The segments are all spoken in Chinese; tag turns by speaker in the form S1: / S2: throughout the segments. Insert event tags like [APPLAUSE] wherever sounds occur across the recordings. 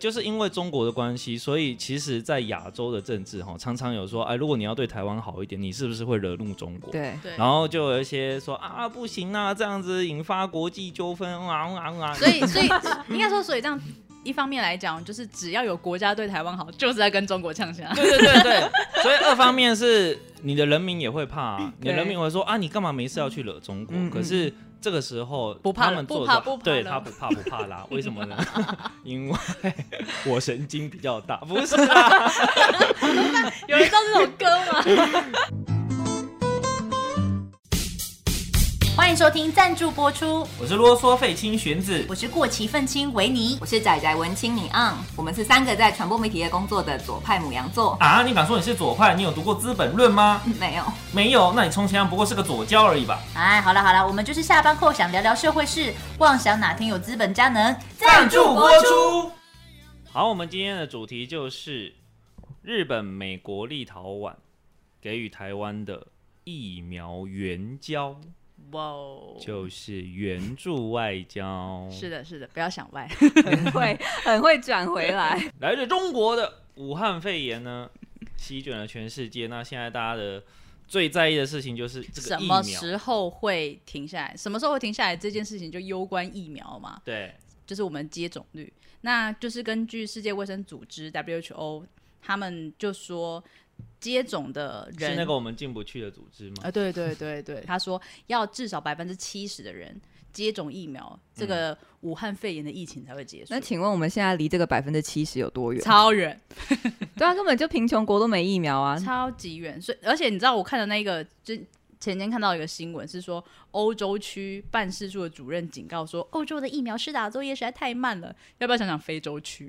S1: 就是因为中国的关系，所以其实，在亚洲的政治哈，常常有说，哎，如果你要对台湾好一点，你是不是会惹怒中国？
S2: 对，
S3: 对，
S1: 然后就有一些说啊，不行啊，这样子引发国际纠纷啊啊啊！
S3: [LAUGHS] 所以所以应该说，所以这样一方面来讲，就是只要有国家对台湾好，就是在跟中国呛下。
S1: 对对对
S3: [LAUGHS]
S1: 对，所以二方面是你的人民也会怕、啊，你的人民会说啊，你干嘛没事要去惹中国？
S2: 嗯嗯
S1: 可是这个时候
S3: 不怕
S1: 他们做
S3: 不
S1: 得
S3: 怕
S1: 好
S3: 不怕
S1: 对
S3: 了
S1: 他不怕不怕
S3: [LAUGHS]
S1: 啦，为什么呢？因为我神经比较大，不是啦，
S3: 有人知道这首歌吗？
S4: 欢迎收听赞助播出，
S1: [LAUGHS] 我是啰嗦费青玄子，
S4: 我是过期愤青维尼。
S5: 我是仔仔文青，你昂，我们是三个在传播媒体业工作的左派母羊座。
S1: 啊，你敢说你是左派？你有读过《资本论》吗？
S5: 没有，
S1: 没有，那你充其量不过是个左交而已吧。
S4: 哎，好了好了，我们就是下班后想聊聊社会事，妄想哪天有资本家能。
S1: 出。好，我们今天的主题就是日本、美国、立陶宛给予台湾的疫苗援交，
S3: [LAUGHS] 哇哦！
S1: 就是援助外交。
S3: [LAUGHS] 是的，是的，不要想歪。
S2: 很会很会转回来。
S1: 来自中国的武汉肺炎呢，席卷了全世界。那现在大家的最在意的事情就是这
S3: [LAUGHS]
S1: 个
S3: 什
S1: 疫
S3: 么
S1: 苗。
S3: 时候会停下来？什么时候会停下来？这件事情就攸关疫苗嘛，
S1: 对，
S3: 就是我们接种率。那就是根据世界卫生组织 WHO，他们就说接种的人
S1: 是那个我们进不去的组织吗？
S3: 啊，对对对对，他说要至少百分之七十的人接种疫苗，这个武汉肺炎的疫情才会结束。
S2: 那请问我们现在离这个百分之七十有多
S3: [LAUGHS]
S2: 远？
S3: 超远，
S2: 对啊，根本就贫穷国都没疫苗啊。
S3: 超级远。所以，而且你知道，我看的那个，就前天看到一个新闻，是说欧洲区办事处的主任警告说，欧洲的疫苗施打作业实在太慢了，要不要想想非洲区？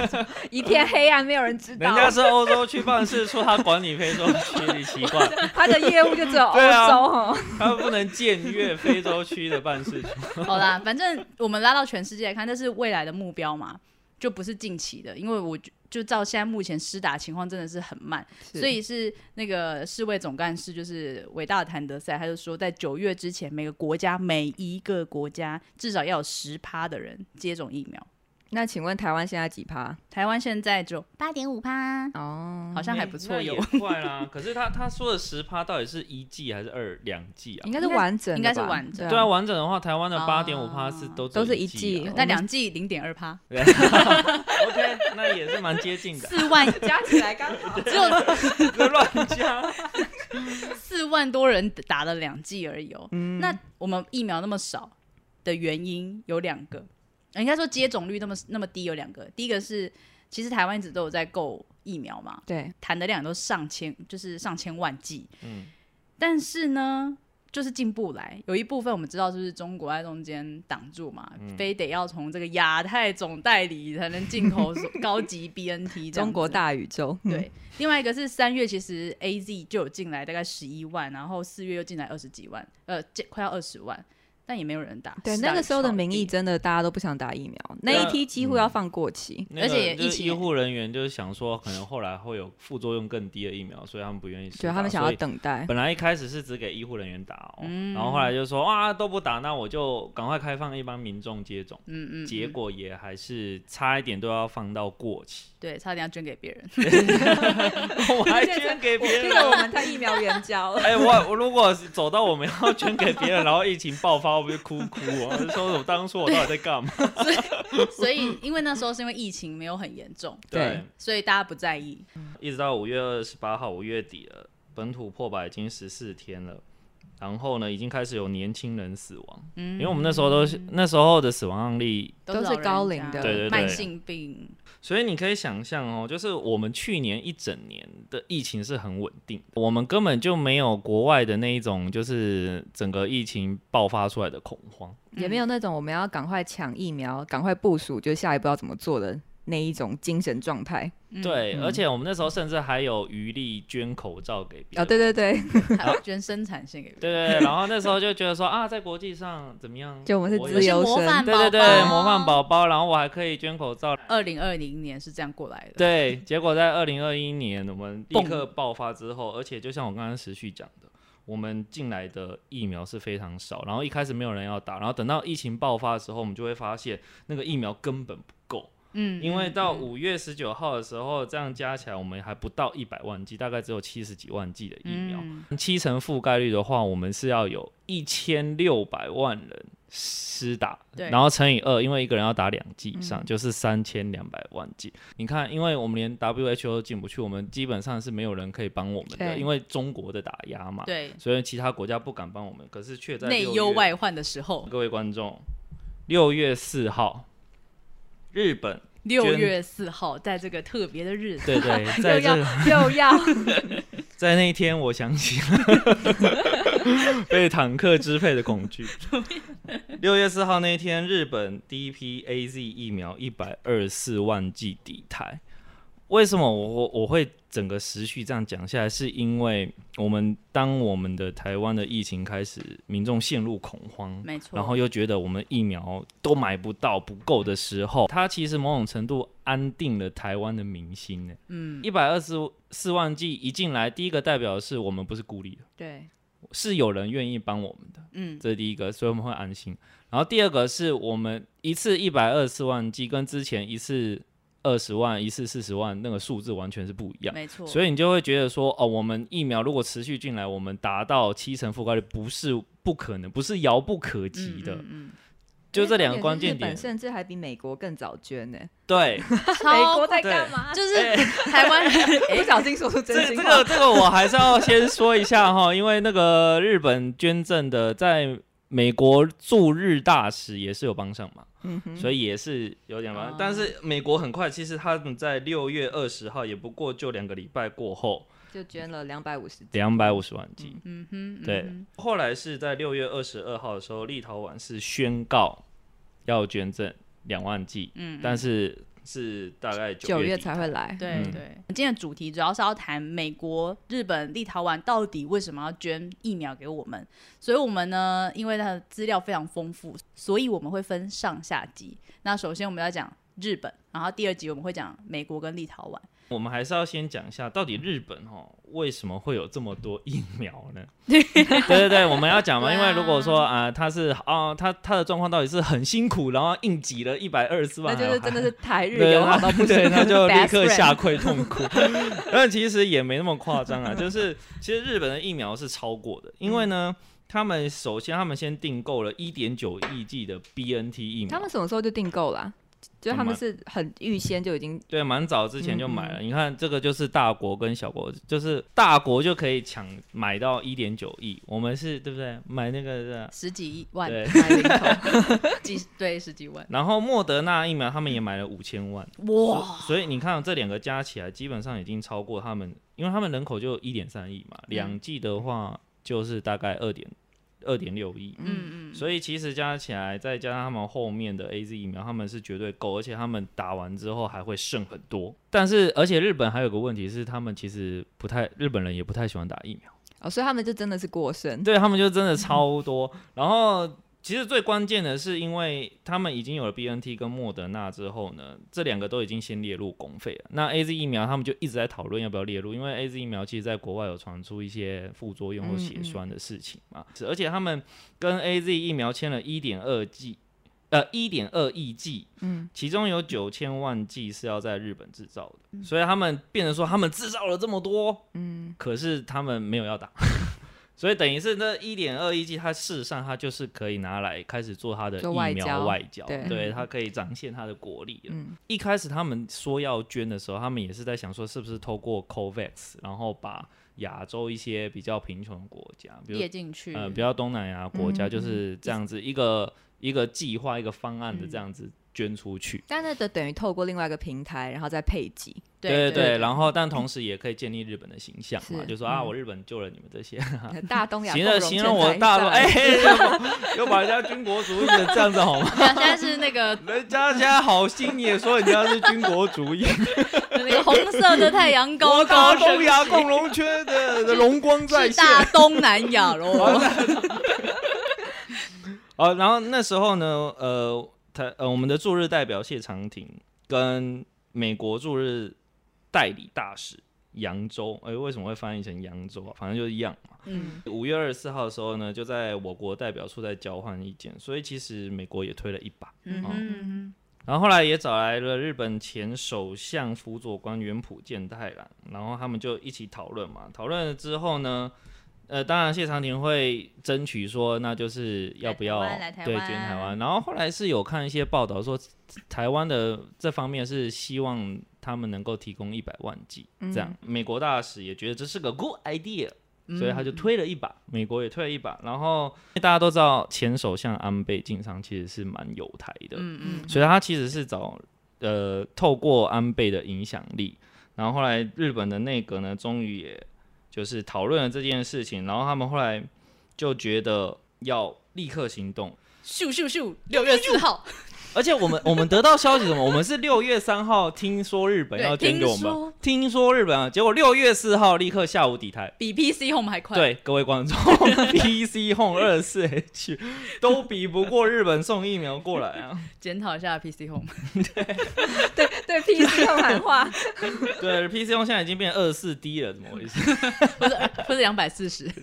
S3: [LAUGHS]
S2: 一片黑暗，没有人知
S1: 人
S2: 道。啊
S1: 家是欧洲区办事处，他管理非洲区，你奇怪。
S2: [LAUGHS] 他的业务就
S1: [LAUGHS]
S2: 只有欧
S1: 对啊
S2: 洲 [LAUGHS] 哦。
S1: 他不能僭越非洲区的办事处。
S3: 好啦，反正我们拉到全世界来看，这是未来的目标嘛，就不是近期的，因为我就就照现在目前施打情况真的是很慢。所以是那个世卫总干事，就是伟大的谭德赛，他就说，在九月之前，每个国家每一个国家至少要有十趴的人接种疫苗。
S2: 那请问台湾现在几趴？
S3: 台湾现在就
S4: 八点五趴，
S2: 哦，
S3: 好像还不
S1: 嗯
S3: 错，
S1: 那也
S3: 有
S1: 快啦。可是他他说的十趴到底是一季还是二两季啊
S2: 应？该是完整的吧，
S3: 应该是完整
S1: 对啊，
S2: 啊，
S1: 完整的话，台湾的八点五趴是都只有
S2: 都是
S1: 一
S2: 一
S1: 季 [LAUGHS]
S2: 季
S1: 啊。
S3: 但两剂零点二趴，
S1: 对 OK，那也是蛮接近
S3: [LAUGHS]
S1: 的，
S3: 四万
S2: 加起来刚好
S3: 只
S1: [LAUGHS]
S3: 有
S1: 乱加。
S3: 四万多人打了两剂而已哦。
S1: 嗯
S3: 那我们疫苗那么少的原因有两个，呃应该说接种率那么那么低有两个，第一个是其实台湾一直都有在购疫苗嘛，
S2: [LAUGHS] 对，
S3: 谈的量都上千，就是上千万计。
S1: 嗯
S3: 但是呢，就是进不来。有一部分我们知道，就是中国在中间挡住嘛，
S1: 嗯
S3: 非得要从这个亚太总代理才能进口高级 BNT 这样子
S2: 中国。大嗯宇宙，
S3: 对，另外一个是三月，其实 AZ 就有进来大概十一万，然后四月又进来二十几万，呃，这快要二十万，但也没有人打。
S2: 对，
S3: 是
S2: 那个时候的
S3: 超
S2: 民意
S3: 低
S2: 真的大家都不想打疫苗，那
S1: 对啊嗯
S2: 一批几乎要放过期。
S1: 那个
S3: 而且也
S1: 就是
S3: 疫情
S1: 医
S3: 也
S1: 护人员就是想说，可能后来会有副作用更低的疫苗，所以他们不愿意施打。
S2: 对，他们想
S1: 啊
S2: 要
S1: 所以
S2: 等待，
S1: 本来一开始是只给医护人员打哦，
S3: 嗯
S1: 然后后来就说啊都不打，那我就赶快开放一般民众接种。
S3: 嗯嗯，嗯，
S1: 结果也还是差一点都要放到过期
S3: 对，差点要捐给别人。
S1: [LAUGHS]
S3: [LAUGHS]
S1: 我还捐给别人。
S2: 这个我们在疫苗援交了。
S1: 哎、我我如果走到我们要捐给别人，然后疫情爆发，我不是哭哭哦、 [LAUGHS] 我就说我当初我到底在干嘛？
S3: 所以，因为那时候是因为疫情没有很严重，
S1: 对
S2: 对，
S3: 所以大家不在意。
S1: 一直到五月二十八号，五月底了，本土破百已经十四天了。然后呢，已经开始有年轻人死亡，
S3: 嗯，
S1: 因为我们那时候都是那时候的死亡案例，
S3: 都老人
S2: 都是高龄
S3: 家
S2: 的
S1: 对对对
S3: 慢性病，
S1: 所以你可以想象哦，就是我们去年一整年的疫情是很稳定的，我们根本就没有国外的那一种，就是整个疫情爆发出来的恐慌。
S2: 也没有那种我们要赶快抢疫苗、赶快部署，就下一步要怎么做的那一种精神状态。
S3: 嗯
S1: 对，
S2: 嗯
S1: 而且我们那时候甚至还有余力捐口罩给别人。
S2: 哦，对对对，
S3: 还有捐生产线给别人。
S1: 对对对，然后那时候就觉得说啊，在国际上怎么样？
S2: 就我们是
S1: 也
S2: 自由
S4: 模范
S1: 对
S4: 宝
S1: 对
S4: 宝，
S1: 对，模范宝宝，然后我还可以捐口罩。
S3: 二零二零年是这样过来的。
S1: 对，结果在二零二一年我们立
S3: 蹦
S1: 刻爆发之后，而且就像我刚刚时序讲的，我们进来的疫苗是非常少，然后一开始没有人要打，然后等到疫情爆发的时候，我们就会发现那个疫苗根本不够，
S3: 嗯，
S1: 因为到
S3: 嗯
S1: 五月十九号的时候，这样加起来我们还不到一百万剂，大概只有七十几万剂的疫苗。
S3: 嗯
S1: 七成覆盖率的话，我们是要有一千六百万人施打，
S3: 对
S1: 然后乘以二，因为一个人要打两剂以上，
S2: 嗯
S1: 就是三千两百万剂。你看，因为我们连 WHO 都进不去，我们基本上是没有人可以帮我们的，
S2: 对
S1: 因为中国的打压嘛，
S3: 对，
S1: 所以其他国家不敢帮我们，可是却在
S3: 内
S1: 6
S3: 忧
S1: 月
S3: 外患的时候，
S1: 各位观众，六月四号，日本，
S3: 六月四号，在这个特别的日子，
S1: 对
S3: [LAUGHS]
S1: 对，
S2: 又
S1: 在
S2: 要
S1: 这
S2: 又要
S1: 在那一天，我想起了
S3: [LAUGHS]
S1: 被坦克支配的恐惧。六月四号那一天，日本第一批 A Z 疫苗一百二十四万剂抵台。为什么我我我会整个时序这样讲下来？是因为我们当我们的台湾的疫情开始，民众陷入恐慌，
S3: 没错。
S1: 然后又觉得我们疫苗都买不到不够的时候，它其实某种程度安定了台湾的民心呢。
S3: 嗯，
S1: 一百二十四万剂一进来，第一个代表的是我们不是孤立的，
S3: 对，
S1: 是有人愿意帮我们的，
S3: 嗯，
S1: 这是第一个，所以我们会安心。然后第二个是我们一次一百二十四万剂跟之前一次二十万、一次四十万那个数字完全是不一样。
S3: 没错。
S1: 所以你就会觉得说，哦，我们疫苗如果持续进来，我们达到七成覆盖率不是不可能，不是遥不可及
S3: 嗯
S1: 的。
S3: 嗯嗯
S1: [LAUGHS] 就这两个关键
S2: 日本
S1: 点，
S2: 甚至还比美国更早捐呢、
S3: [LAUGHS]
S1: 对，
S2: [LAUGHS] 美
S3: 超
S2: 国在干嘛？
S3: 就是
S1: 哎
S3: 台湾哎人，
S2: [LAUGHS] 不小心说出真
S1: 这
S2: 心
S1: 这
S2: 话
S1: 个。这个我还是要先说一下哈，因为那个日本捐赠的在美国驻日大使也是有帮上忙，
S2: 嗯哼，
S1: 所以也是有点忙。
S3: 哦
S1: 但是美国很快，其实他们在六月二十号，也不过就两个礼拜过后，
S2: 就捐了两百五十。
S1: 两百五十万剂。
S3: 嗯哼，
S1: 对
S3: 嗯
S1: 后来是在六月二十二号的时候，立陶宛是宣告要捐赠两万剂，
S3: 嗯
S1: 但是是大概
S2: 九
S1: 月
S2: 月
S1: 底
S2: 才会来
S3: 哼，，对
S1: 嗯
S3: 对。今天的主题主要是要谈美国、日本、立陶宛到底为什么要捐疫苗给我们，所以我们呢，因为它的资料非常丰富，所以我们会分上下集。那首先我们要讲日本，然后第二集我们会讲美国跟立陶宛。
S1: 我们还是要先讲一下，到底日本哦为什么会有这么多疫苗
S2: [LAUGHS]
S1: 呢？对对对，我们要讲嘛，
S3: 对啊
S1: 因为如果说啊、他是啊、他他的状况到底是很辛苦，然后应急了一百二十四
S2: 那
S1: 万，
S2: 就是真的是台
S1: 还。
S2: 日
S1: [LAUGHS] 对，
S2: 友好
S1: 那
S2: 到不行，
S1: 对，那就立刻
S2: Best friend
S1: 下跪痛哭。 [LAUGHS] 但其实也没那么夸张啊，就是其实日本的疫苗是超过的，因为呢，
S2: 嗯
S1: 他们首先他们先订购了一点九亿剂的 BNT 疫苗，
S2: 他们什么时候就订购啦？就他们是很预先就已经
S1: 对，蛮早之前就买了。你看，这个就是大国跟小国，就是大国就可以抢买到一点九亿，我们是对不对？买那个
S3: 十几
S1: 是，
S3: 万，
S1: 对。
S2: 买零头，
S3: 几 [LAUGHS] 对十几万，
S1: 然后莫德纳疫苗他们也买了五千万，
S3: 哇！
S1: 所以你看这两个加起来，基本上已经超过他们，因为他们人口就一点三亿嘛，两剂的话就是大概二点二点六亿。
S3: 嗯嗯，
S1: 所以其实加起来，再加上他们后面的 A Z 疫苗，他们是绝对够，而且他们打完之后还会剩很多。但是，而且日本还有个问题是，他们其实不太，日本人也不太喜欢打疫苗，
S2: 哦，所以他们就真的是过剩。
S1: 对他们就真的超多。然后，其实最关键的是，因为他们已经有了 B N T 跟莫德纳之后呢，这两个都已经先列入公费了。那 A Z 疫苗他们就一直在讨论要不要列入，因为 A Z 疫苗其实在国外有传出一些副作用或血栓的事情嘛，是而且他们跟 A Z 疫苗签了一点二剂。呃，一点二亿剂，
S2: 嗯，
S1: 其中有九千万剂是要在日本制造的，所以他们变成说他们制造了这么多，
S2: 嗯，
S1: 可是他们没有要打， [LAUGHS] 所以等于是这一点二亿剂，它事实上它就是可以拿来开始做它的
S2: 做
S1: 疫
S2: 外
S1: 苗
S2: 交
S1: 外交，
S2: 对
S1: 它可以展现它的国力了。
S2: 嗯
S1: 一开始他们说要捐的时候，他们也是在想说是不是透过 COVAX，然后把亚洲一些比较贫穷的国家，比如
S3: 列进去，
S1: 呃，比较东南亚国家，
S2: 嗯
S1: 就是这样子一个、一个计划、一个方案
S2: 嗯
S1: 的这样子捐出去。
S2: 但那就等于透过另外一个平台，然后再配给。
S1: 对
S3: 对对，
S1: 然后但同时也可以建立日本的形象嘛，
S2: 嗯是
S1: 就说啊，
S2: 嗯
S1: 我日本救了你们这些，
S2: 大东亚
S1: 形
S2: 共
S1: 容
S2: 荣
S1: 形
S2: 千
S1: 容我
S2: 载
S1: 大
S2: 再
S1: 陆，
S2: 来
S1: 哎，又把又把人家军国主义的这样子好吗？[LAUGHS]
S3: [LAUGHS] 现在是那个
S1: 人家现在好心也说人家是军国主义，
S3: 那个红色的太
S1: [LAUGHS]
S3: 阳
S1: 我
S3: 高
S1: 打
S3: 高
S1: 东
S3: 升
S1: 亚
S3: 起
S1: 共荣圈的的荣光再
S3: 是
S1: 现。
S3: 大东南亚
S1: [LAUGHS]
S3: 喽。
S1: 哦，然后那时候呢，呃，台呃我们的驻日代表谢长廷跟美国驻日代理大使扬州，哎、为什么会翻译成扬州啊？反正就是一样嘛。
S3: 嗯，
S1: 五月二十四号的时候呢，就在我国代表处在交换意见，所以其实美国也推了一把。
S3: 嗯
S1: 哦
S3: 哼
S1: 然后后来也找来了日本前首相辅佐官原浦健太郎，然后他们就一起讨论嘛。讨论了之后呢，呃，当然谢长廷会争取说，那就是要不要
S3: 来台湾来台湾
S1: 对捐台湾。然后后来是有看一些报道说，台湾的这方面是希望他们能够提供一百万剂这样。美国大使也觉得这是个 good 嗯 idea，所
S3: 嗯
S1: 以他就推了一把，美国也推了一把。然后大家都知道，前首相安倍晋三其实是蛮有台的，
S3: 嗯嗯，
S1: 所以他其实是找呃透过安倍的影响力，然后后来日本的内阁呢，终于也就是讨论了这件事情，然后他们后来就觉得要立刻行动，
S3: 咻咻咻，六月四号，
S1: 而且我们我们得到消息什么？我们是六月三号听说日本
S3: 对
S1: 要捐给我
S3: 听
S1: 们
S3: 说，
S1: 听说日本啊，结果六月四号立刻下午抵台。
S3: 比 PC Home 还快。，
S1: 对各位观众，PC Home [LAUGHS] 二四 H 都比不过日本送疫苗过来啊！
S3: 检讨一下 PC Home。 [LAUGHS]
S2: 对
S1: [LAUGHS]
S2: 对，PC 用喊话，
S1: 对，PC Home 现在已经变二十四 D 了，怎么回事？
S3: 不是不是两百四十。 [LAUGHS]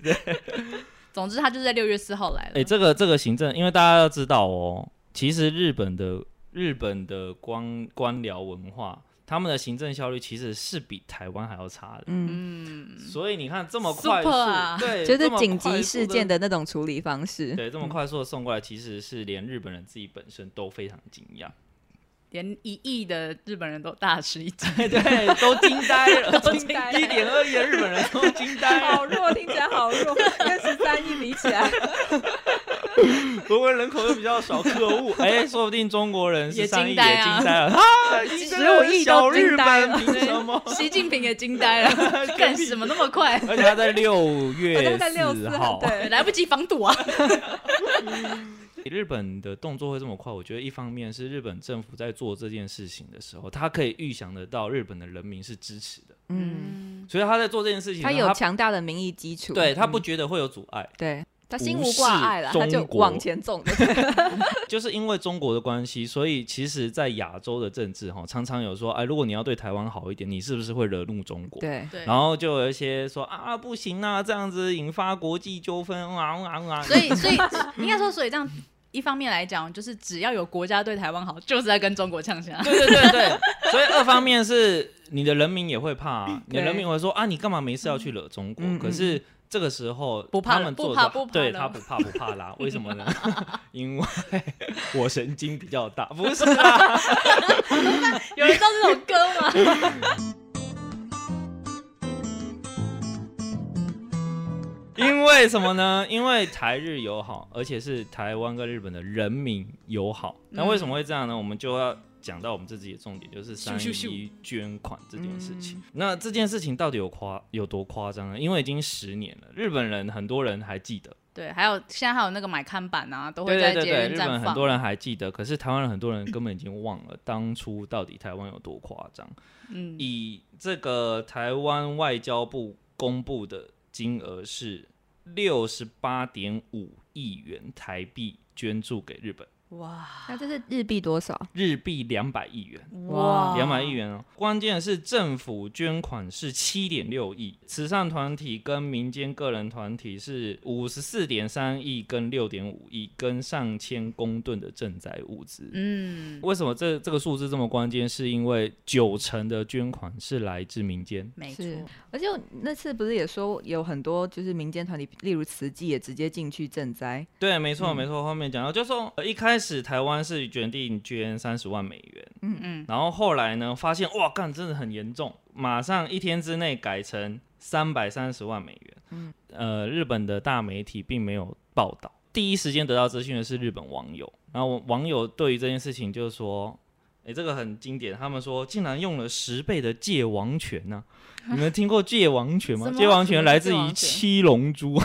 S3: 总之他就是在六月四号来了。
S1: 哎、这个这个行政，因为大家要知道哦，其实日本的日本的官官僚文化，他们的行政效率其实是比台湾还要差的。
S2: 嗯，
S3: 嗯，
S1: 所以你看这么快速，
S3: Super 啊
S2: [LAUGHS]
S1: 对，
S2: 就是
S1: 这么
S2: 紧
S1: 快速
S2: 急事件，的那嗯种处理方式。
S1: 对，这么快速的送过来，其实是连日本人自己本身都非常惊
S2: [LAUGHS]
S1: 讶，
S3: 连一亿的日本人都大吃一惊。
S1: 哎对，都惊呆了，
S3: 都惊呆了
S1: 一点二亿的日本人都惊呆了，
S2: [LAUGHS] [LAUGHS] 好弱，听起来好弱，跟十三亿比起来，
S1: 国人人口又比较少，可恶！哎、说不定中国人
S3: 也
S1: 是三亿也惊
S3: 惊呆啊
S1: 呆
S2: [LAUGHS]
S1: 了，啊，
S2: 15亿
S1: 小
S2: 都
S1: 日
S2: 惊呆
S1: 本
S2: 了
S1: 凭什么？
S3: [LAUGHS] 习近平也惊
S1: [LAUGHS]
S3: 呆
S2: [LAUGHS]
S3: 了，干什么那么快？
S1: 而且他在六月
S2: [LAUGHS] 他在六
S1: 四号，
S2: 号对，
S3: 来不及防堵啊！
S1: 日本的动作会这么快，我觉得一方面是日本政府在做这件事情的时候，他可以预想得到日本的人民是支持的，
S2: 嗯，
S1: 所以他在做这件事情呢，
S2: 他有强大的民意基础，
S1: 对他
S2: 嗯
S1: 不觉得会有阻碍， [LAUGHS]
S2: 对。他心
S1: 不
S2: 无
S1: 是
S2: 挂碍了，他就
S1: 中国
S2: 往前走的。
S1: 就是因为中国的关系，所以其实，在亚洲的政治哈，常常有说，哎，如果你要对台湾好一点，你是不是会惹怒中国？
S2: 对，
S3: 对，
S1: 然后就有一些说啊不行啊，这样子引发国际纠纷啊啊啊！
S3: 所以 [LAUGHS] 所以应该说，所以这样一方面来讲，就是只要有国家对台湾好，就是在跟中国呛下。
S1: 对对对对，所以二方面是你的人民也会怕、
S3: [LAUGHS]
S1: 啊，你的人民会说啊，你干嘛没事要去惹中国？
S2: 嗯嗯
S1: 可是这个时候
S3: 不怕
S1: 他们
S3: 了不
S1: 做
S3: 怕
S1: 的
S3: 不怕
S1: 对
S3: 了
S1: 他不怕不怕啦，为什
S3: [LAUGHS]
S1: 么呢？因为我神经比较大，
S3: [LAUGHS]
S1: 不是啦，
S3: 有人知道这首歌吗？
S1: 因为什么呢？ [LAUGHS] 因为台日友好，而且是台湾跟日本的人民友好。
S3: 嗯
S1: 那为什么会这样呢？我们就要讲到我们自己的重点，就是三
S3: 咻嗯咻
S1: 一捐款这件事情。那这件事情到底有夸有多夸张呢？因为已经十年了，日本人很多人还记得，
S3: 对，还有现在还有那个买看板啊，都
S1: 对对
S3: 会在
S1: 对
S3: 捷
S1: 对，
S3: 运
S1: 日本
S3: 站
S1: 很
S3: 放。
S1: 多人还记得，可是台湾人很多人根本已经忘了当初到底台湾有多夸张。
S3: 嗯，
S1: 以这个台湾外交部公布的金额是六十八点五亿元台币捐助给日本，
S3: 哇
S2: 那这是日币多少？
S1: 日币两百亿元。
S2: 哇
S1: 两百亿元哦，关键是政府捐款是七点六亿，慈善团体跟民间个人团体是五十四点三亿跟六点五亿，跟上千公吨的赈灾物资。
S3: 嗯，
S1: 为什么这这个数字这么关键？是因为九成的捐款是来自民间，
S3: 没错，
S2: 是而且我那次不是也说有很多就是民间团体，例如慈济也直接进去
S1: [LAUGHS]
S2: 赈灾，
S1: 对，没
S3: 嗯
S1: 错，没错。后面讲到，就是说、呃一开始台湾是决定捐三十万美元，[LAUGHS]
S3: 嗯，
S1: 然后后来呢，发现哇，干真的很严重，马上一天之内改成三百三十万美元。嗯，呃，日本的大媒体并没有报道，第一时间得到资讯的是日本网友，然后网友对于这件事情就说。哎，这个很经典。他们说，竟然用了十倍的戒王权呢、你们听过戒王权吗
S3: 什？么
S1: 戒王
S3: 什
S1: 权
S3: 么是
S1: 来自
S3: 戒
S1: 于《
S3: 王权
S1: 七龙珠》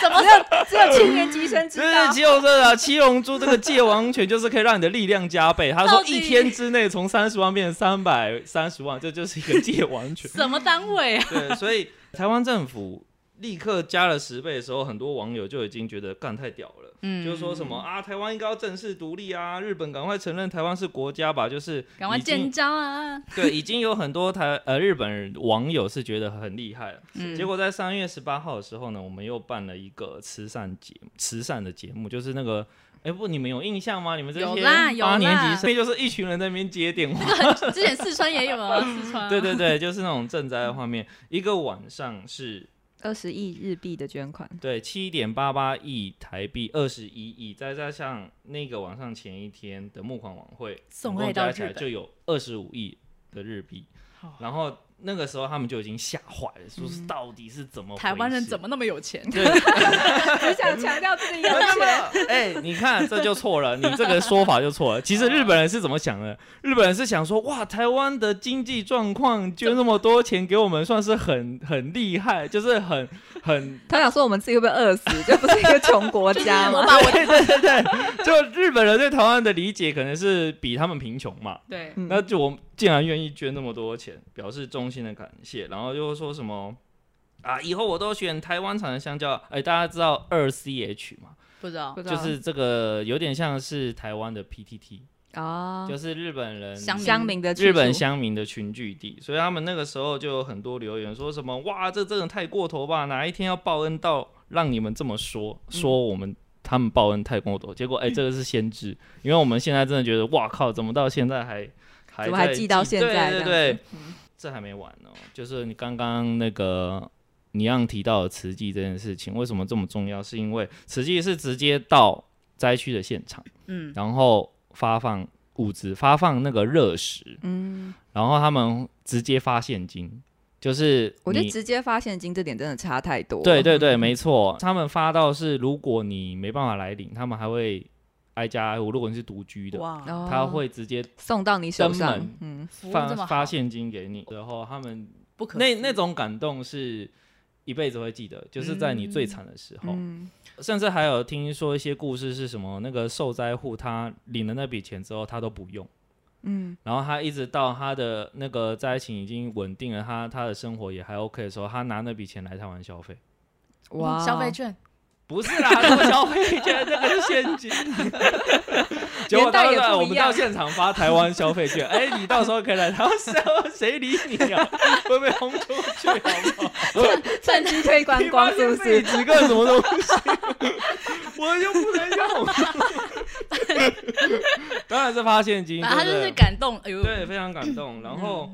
S2: 怎么只有只有七年级生知
S1: 真的
S2: 道？
S1: 七龙珠啊，七龙珠这个界王拳就是可以让你的力量加
S3: [LAUGHS]
S1: 倍。他说
S3: 到底。
S1: 一天之内从三十万变成三百三十万，这就是一个界王拳
S3: [LAUGHS] 什么单位啊？
S1: 对，所以台湾政府立刻加了十倍的时候，很多网友就已经觉得干太屌了。[LAUGHS]
S3: 嗯，
S1: 就是说什么啊，台湾应该要正式独立啊，日本赶快承认台湾是国家吧，就是
S3: 赶快
S1: 已经
S3: 建交啊！
S1: [LAUGHS] 对，已经有很多台呃日本网友是觉得很厉害了。
S3: 嗯
S1: 结果在三月十八号的时候呢，我们又办了一个慈善节慈善的节目，就是那个。哎、不，你们有印象吗？你们这
S3: 有
S1: 些
S3: 啦有
S1: 八年级
S3: 啦
S1: 生，就是一群人在那边接
S3: [LAUGHS]
S1: 电话。
S3: 之前四川也有啊，四川、啊。
S1: [LAUGHS] 对对对，就是那种赈灾的画面。一个晚上是
S2: [LAUGHS] 二十亿日币的捐款，
S1: 对七点八八亿台币，二十一亿，再加上那个晚上前一天的募款晚会，
S3: 送
S1: 总共
S3: 爱到
S1: 加起
S3: 日
S1: 来
S3: 本
S1: 就有二十五亿的日币
S3: 好。嗯
S1: 然后那个时候他们就已经吓坏了，说是到底是怎么回事、
S3: 台湾人怎么那么有钱？
S1: 对？
S2: 只想强调自己
S1: [LAUGHS]
S2: 有
S1: 没有没有哎、你看这就错了，你这个说法就
S3: [LAUGHS]
S1: 错了。其实日本人是怎么想的？日本人是想说，哇，台湾的经济状况捐那么多钱给我们，算是很很厉害，就是很很。
S2: 他想说我们自己会不会饿死， [LAUGHS] 就不是一个穷
S1: [LAUGHS]
S2: 国家
S3: [LAUGHS] 我
S2: 嘛。
S3: 把我
S1: 对对对
S2: [LAUGHS]
S1: 对，就日本人对台湾的理解可能是比他们贫穷嘛，
S3: 对
S2: 嗯
S1: 那就我们竟然愿意捐那么多钱，表示衷心的感谢，然后就说什么啊，以后我都选台湾产的香蕉，哎、大家知道二 CH 吗？
S3: 不知道
S2: 不知
S1: 就
S2: 道
S1: 是这个有点像是台湾的 PTT，、
S2: 啊
S1: 就，是日本人
S3: 乡
S2: 乡民的
S1: 日本
S2: 去处
S1: 乡民的群聚地，所以他们那个时候就有很多留言说什么哇，这真的太过头吧，哪一天要报恩到让你们这么说
S2: 嗯
S1: 说我们。他们报恩太过头，结果哎、这个是先知，因为我们现在真的觉得，哇靠，怎么到现在还还
S2: 怎么还
S1: 在
S2: 记到现在
S1: 对对
S2: 这
S1: 对
S2: 样嗯
S1: 对，这还没完哦，就是你刚刚那个你让提到的慈济这件事情，为什么这么重要？是因为慈济是直接到灾区的现场，
S3: 嗯，
S1: 然后发放物资，发放那个热食，
S2: 嗯，
S1: 然后他们直接发现金，就是
S2: 我觉得
S1: 你
S2: 直接嗯发现金这点真的差太多。
S1: 对对对，没错，他们发到是如果你没办法来领，他们还会挨家挨户，如果你是独居的，
S3: 哇，
S2: 哦，
S1: 他会直接
S2: 送到你手上
S1: 登门，
S2: 嗯，
S3: 服务
S1: 发
S3: 这么
S1: 发
S3: 好，
S1: 现金给你，然后他们
S3: 不可
S1: 那
S3: 思议
S1: 那种感动是。一辈子会记得，就是在你最惨的时候，
S2: 嗯，
S1: 甚至还有听说一些故事是什么，那个受灾户他领了那笔钱之后，他都不用。
S2: 嗯，
S1: 然后他一直到他的那个灾情已经稳定了，他他的生活也还 OK 的时候，他拿那笔钱来台湾消费，
S2: 哇，
S3: 消费券
S1: 不是啦，什么消费券，这个是现
S2: [LAUGHS]
S1: 金。结果到
S2: 年代也不一
S1: 了
S2: 样
S1: 我们到现场发台湾消费券，哎，你到时候可以来台湾消，谁理你啊？ [LAUGHS] 会被轰出去好不好？
S2: [LAUGHS] 趁机推
S1: 哦
S2: 观光是不 [LAUGHS] 是？
S1: 几个什么东西？我又不能用。当然是发现金，
S3: 啊，他就
S1: 对不对
S3: 是感动，哎呦，
S1: 对，非常感动。然后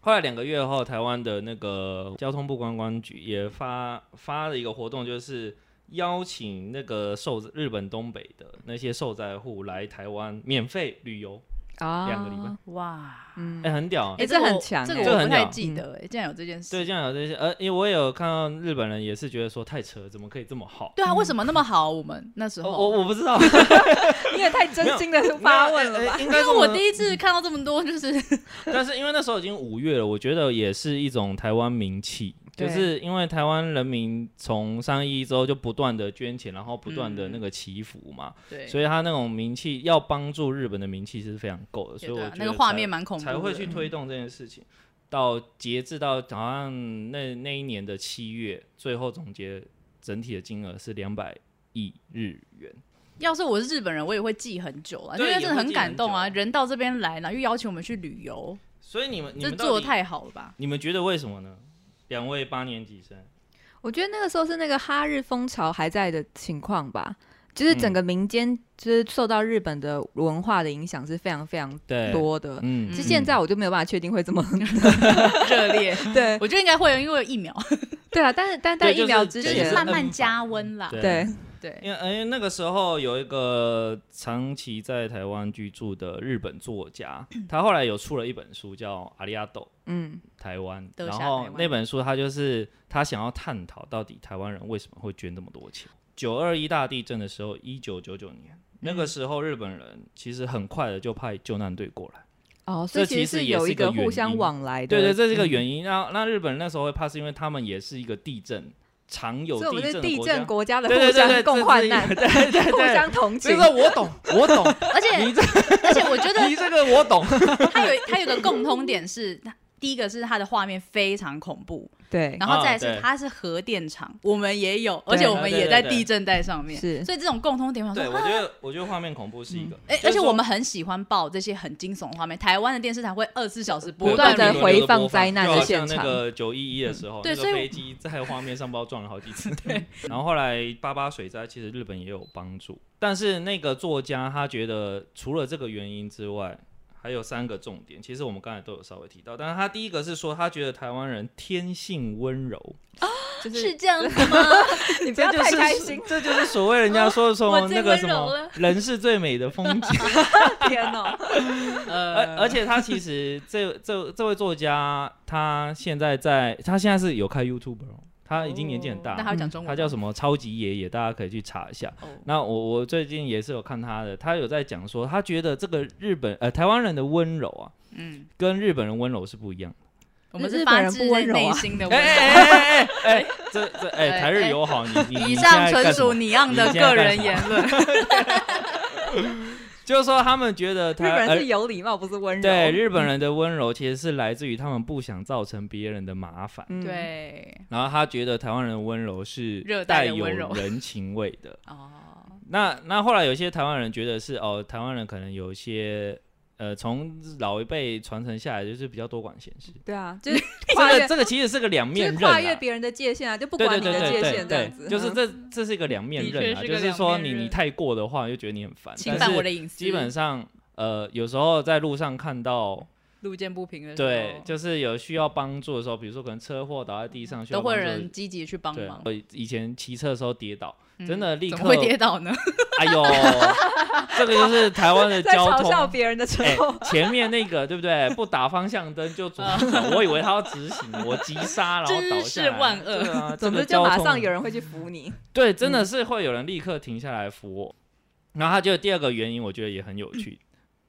S1: 后来两个月后，台湾的那个交通部观光局也发发了一个活动，就是邀请那个受日本东北的那些受灾户来台湾免费旅游，
S2: 啊
S1: 两个礼拜，
S3: 哇，
S2: 嗯
S1: 哎、，很屌、啊。
S2: 哎这
S3: 个我
S2: 很强
S3: 这
S2: 哎
S3: 个
S1: 这个
S3: 我
S1: 很
S3: 不太
S1: 屌
S3: 记得，哎，竟然有这件事，
S1: 对，这样有这些，呃，因为我也有看到日本人也是觉得说太扯，怎么可以这么好？
S3: 对啊，为什么那么好？我们那时
S1: 哦、
S3: 候，
S1: 我我不知道，
S2: 你也太真心的发问了
S1: 没有哎
S3: [LAUGHS]
S2: 吧？
S1: 哎应
S3: 因
S1: 该
S3: 为
S1: 这么
S3: 我第一次看到这么
S1: [LAUGHS]
S3: 多，就是
S1: 但是因为那时候已经五月了，我觉得也是一种台湾名气，就
S2: 对
S1: 是因为台湾人民从上一之后就不断的捐钱，然后不断的那个祈福嘛，
S3: 嗯对，
S1: 所以他那种名气要帮助日本的名气是非常够的，所以
S3: 对
S1: 我
S3: 啊
S1: 觉得
S3: 那个画
S1: 才
S3: 面蛮恐怖的，嗯
S1: 才会去推动这件事情。到截至到好像那那一年的七月，最后总结整体的金额是两百亿日元。
S3: 要是我是日本人，我也会记很久啊，因
S1: 对
S3: 为真的很感动
S1: 也
S3: 啊，
S1: 会记很久
S3: 人到这边来呢，又邀请我们去旅游，
S1: 所以你们你
S3: 这
S1: 们
S3: 做
S1: 到
S3: 的
S1: 底
S3: 太好了吧？
S1: 你们觉得为什么呢？两位八年级生，
S2: 我觉得那个时候是那个哈日风潮还在的情况吧，就是整
S1: 嗯
S2: 个民间就是受到日本的文化的影响是非常非常
S1: 对
S2: 多的。
S1: 嗯
S2: 就现在我就没有办法确定会这 [LAUGHS] 么
S3: 热烈，
S2: 对
S3: 我觉得应该会有，因为有疫苗，
S2: 对啊，但是但在
S1: 对就
S2: 疫苗
S1: 是
S2: 之
S1: 就
S3: 就
S1: 对
S2: 前
S3: 是
S1: 是，
S3: 慢慢加温啦。
S2: 对，
S3: 对，
S1: 因为哎，那个时候有一个长期在台湾居住的日本作家，他后来有出了一本书叫《阿里亚斗
S2: 嗯，
S1: 台湾》，
S3: 得
S1: 然
S3: 下台
S1: 后
S3: 湾
S1: 那本书他就是他想要探讨到底台湾人为什么会捐那么多钱。九二一大地震的时候，一九九九年。
S2: 嗯
S1: 那个时候，日本人其实很快的就派救难队过来。
S2: 哦，所
S1: 这
S2: 以其
S1: 其
S2: 实
S1: 实
S2: 是
S1: 也
S2: 有
S1: 是一
S2: 一
S1: 个
S2: 个
S1: 原
S2: 互相
S1: 因
S2: 往来的，
S1: 对对，这是一个
S2: 嗯
S1: 原因。那那日本人那时候会怕，是因为他们也是一个地震常有
S2: 所以我
S1: 地
S2: 们是
S1: 震
S2: 地
S1: 的国
S2: 震
S1: 家。
S2: 国家的
S1: 对对对
S2: 互
S1: 对，
S2: 相
S1: 这
S2: 共
S1: 是
S2: 患
S1: 一
S2: 难
S1: 个，对对对，
S2: [LAUGHS] 互相同
S1: 所以
S2: 情。
S1: 说我
S2: [LAUGHS]
S1: 懂，我懂，
S3: 而且
S1: 你这
S3: 而且我觉得
S1: 你这个我懂，
S3: 它有它有个共通点是，它第一个是它的画面非常恐怖，
S2: 对，
S3: 然后再来
S1: 啊
S3: 是
S1: 对
S3: 它是核电厂，我们也有，而且
S2: 对
S3: 我
S1: 对
S3: 们也
S1: 对
S3: 在
S1: 对
S3: 地震带上面，
S2: 是
S3: 所以这种共通点，我想
S1: [LAUGHS] 对，
S3: 说
S1: 我觉得我觉得画面恐怖是一
S2: 嗯
S1: 个，
S3: 哎、
S1: 就是
S3: 而且
S1: 说
S3: 我们很喜欢报这些很惊悚的画面，台湾的电视台会二十四小时不
S1: 对
S3: 断
S2: 断地
S1: 轮
S3: 轮
S1: 流
S2: 回
S1: 地
S2: 放
S1: 播
S2: 灾难
S1: 就
S2: 的
S1: 好像
S2: 现
S1: 那
S2: 场
S1: 个九一一的时候，
S3: 对
S1: 那
S3: 所
S1: 个
S3: 以
S1: 飞机在画面上不知道撞了好几次。
S2: [LAUGHS]
S1: 对， [LAUGHS] 然后后来八八水灾，其实日本也有帮助，但是那个作家他觉得除了这个原因之外。还有三个重点，其实我们刚才都有稍微提到，但是他第一个是说，他觉得台湾人天性温柔，
S2: 就是是
S5: 这样子吗？
S2: 你不
S1: 这
S2: 要
S1: 就
S2: 太
S1: 是，
S2: 开心
S1: 这就是所谓人家说什么
S5: 我最
S1: 那个
S5: 温
S1: 什
S5: 柔
S1: 么
S5: 了
S1: 人是最美的风景，
S2: 天哦，
S1: 而
S3: 呃
S1: 而且他其实这这这位作家，他现在在，他现在是有开 YouTube 哦，他已经年纪很大，
S3: 那他会讲中文吗，
S1: 他叫什么超级爷爷，大家可以去查一下。
S3: 哦
S1: 那我我最近也是有看他的，他有在讲说，他觉得这个日本呃台湾人的温柔啊，
S3: 嗯，
S1: 跟日本人温柔是不一样的。
S3: 我们是
S2: 日本
S3: 发
S2: 人
S3: 自
S2: 不温柔啊
S3: 内心的
S1: 哎
S3: 温柔。
S1: 哎哎哎哎哎，这这哎
S3: 哎
S1: 台日友好，你你你
S3: [LAUGHS] 以
S1: 现
S3: 上
S1: 在干
S3: 纯
S1: 什
S3: 属
S1: 么
S3: 你样的
S1: 你现在干
S3: 个人
S1: 什么
S3: 言论，
S1: [LAUGHS] 就是说他们觉得
S2: 日
S1: 台
S2: 本
S1: 呃
S2: 人是有礼貌，不是温柔。
S1: 对日本人的温柔，其实是来自于他们不想造成别人的麻烦。
S2: 嗯，
S3: 对，
S1: 然后他觉得台湾人的温柔是
S3: 热带
S1: 带
S3: 的
S1: 有
S3: 温柔
S1: 人情味的。
S3: 哦，
S1: 那那后来有些台湾人觉得是哦，台湾人可能有一些呃，从老一辈传承下来就是比较多管闲事。
S2: 对啊，就是
S1: 这
S2: 跨
S1: 个
S2: 越，
S1: 这个其实是个两
S2: 就是
S1: 面刃、
S2: 跨越
S1: 啊。
S2: 别人的界限啊，就不
S1: 对
S2: 管
S1: 对
S2: 你
S1: 对
S2: 的
S1: 对
S2: 界
S1: 对
S2: 限这样
S1: 对，
S2: 子，
S1: 就是
S2: 嗯
S1: 这这是一个两面刃啊，
S3: 的确是
S1: 就
S3: 个
S1: 是说你
S3: 两面刃
S1: 你太过的话，又觉得你很烦。
S3: 侵
S1: 但
S3: 犯我
S1: 是
S3: 的隐私，
S1: 基本上呃，有时候在路上看到，
S3: 路见不平的时候，
S1: 对，就是有需要帮助的时候，比如说可能车祸倒在地上需要
S3: 都会
S1: 帮
S3: 有
S1: 助的
S3: 人积极去帮
S1: 对
S3: 忙，，
S1: 我以前骑车的时候跌倒，
S3: 嗯
S1: 真的立
S3: 怎
S1: 刻
S3: 么会跌倒呢？
S1: 哎呦，这个就是台湾的
S2: 在
S1: 交
S2: 嘲
S1: 通。
S2: 笑别人的时
S1: 哎
S2: 候，
S1: 前面那个对不对？不打方向灯就左转，我以为他要直行，我急刹然后倒
S3: 真
S1: 下
S3: 是
S1: 来。
S3: 万恶
S1: 对啊，这
S2: 总
S1: 个
S2: 之就马
S1: 交通
S2: 上有人会去扶你。
S1: 对，真的是会有人立刻停下来扶我。然后他就第二个原因，我觉得也很有趣。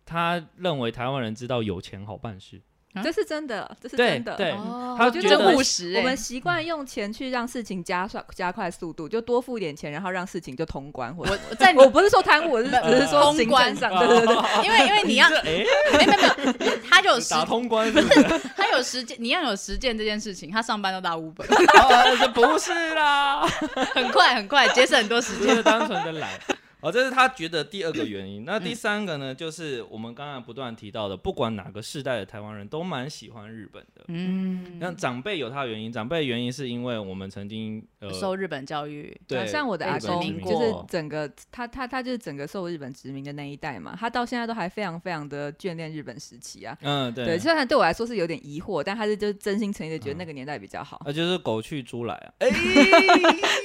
S1: 他认为台湾人知道有钱好办事，
S3: 啊
S2: 这是真的，这是
S1: 对
S2: 真的。
S1: 对
S3: 哦
S1: 他
S3: 觉
S1: 觉得
S3: 务实欸，
S2: 我们习惯用钱去让事情加速加快速度，就多付一点钱，然后让事情就通关。或者
S3: 我在你
S2: [LAUGHS] 我不是说贪污，我是
S3: 呃
S2: 只是说
S3: 通
S2: 行
S3: 关
S2: 政上，对对对，
S3: 因为因为
S2: [LAUGHS]
S3: 你要
S1: 这哎，
S3: 没没没，他就有实
S1: 打通关是不是？
S3: 他有实践，你要有实践这件事情，他上班都打五本，
S1: 哦这不是啦。
S3: [LAUGHS] 很快很快，节省很多时
S1: 只
S3: 间。
S1: 是单纯的懒。 [LAUGHS] 嗯哦，这是他觉得第二个原因。那第三个呢，就是我们刚才不断提到的，不管哪个世代的台湾人都蛮喜欢日本的。
S3: 嗯
S1: 那长辈有他的原因，长辈的原因是因为我们曾经呃，
S3: 受嗯日本教育，
S1: [LAUGHS] 对，
S2: 啊像我的
S1: 被
S2: 阿
S1: 日本殖
S2: 公，
S1: 民
S2: 就是
S1: 过
S2: 整个他他他就是整个受日本殖民的那一代嘛，他到现在都还非常非常的眷恋日本时期啊。
S1: 嗯，
S2: 对，
S1: 对，
S2: 虽然对我来说是有点疑惑，但他是就是真心诚意的觉得
S1: 嗯
S2: 那个年代比较好，
S1: 那就是狗去猪来啊。哎，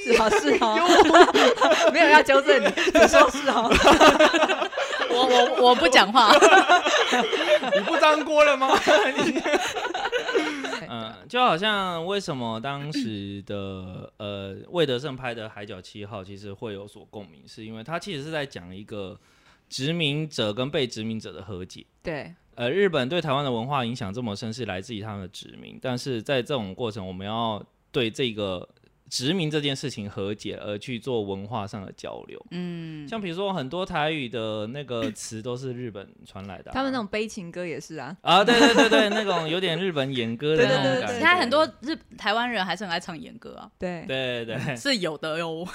S2: 是好是好， [LAUGHS] 没有要纠正你，只说是
S1: [LAUGHS]
S2: 好。
S3: 我我我不讲话，
S1: 你 [LAUGHS] 不粘锅
S2: [LAUGHS]
S1: 了吗？你
S2: 啊
S1: 嗯，就好像为什么当时
S2: [LAUGHS]
S1: 的呃魏德胜拍的《海角七号》其实会有所共鸣，是因为他其实是在讲一个殖民者跟被殖民者的和解。
S2: 对，
S1: 呃，日本对台湾的文化影响这么深，是来自于他们的殖民。但是在这种过程，我们要对这个殖民这件事情和解，而去做文化上的交流。
S3: 嗯，
S1: 像比如说，很多台语的那个词都是日本传来的啊、
S2: 他们那种悲情歌也是啊，
S1: 啊，对对对对，那种有点日本演歌的
S2: 对
S1: 那种
S2: 对
S1: 感觉。
S2: 对
S3: 其他很多日台湾人还是很爱唱演歌啊，
S2: 对，
S1: 对对
S2: [LAUGHS]
S1: 对，
S3: 是有的
S1: [LAUGHS]
S3: 哟。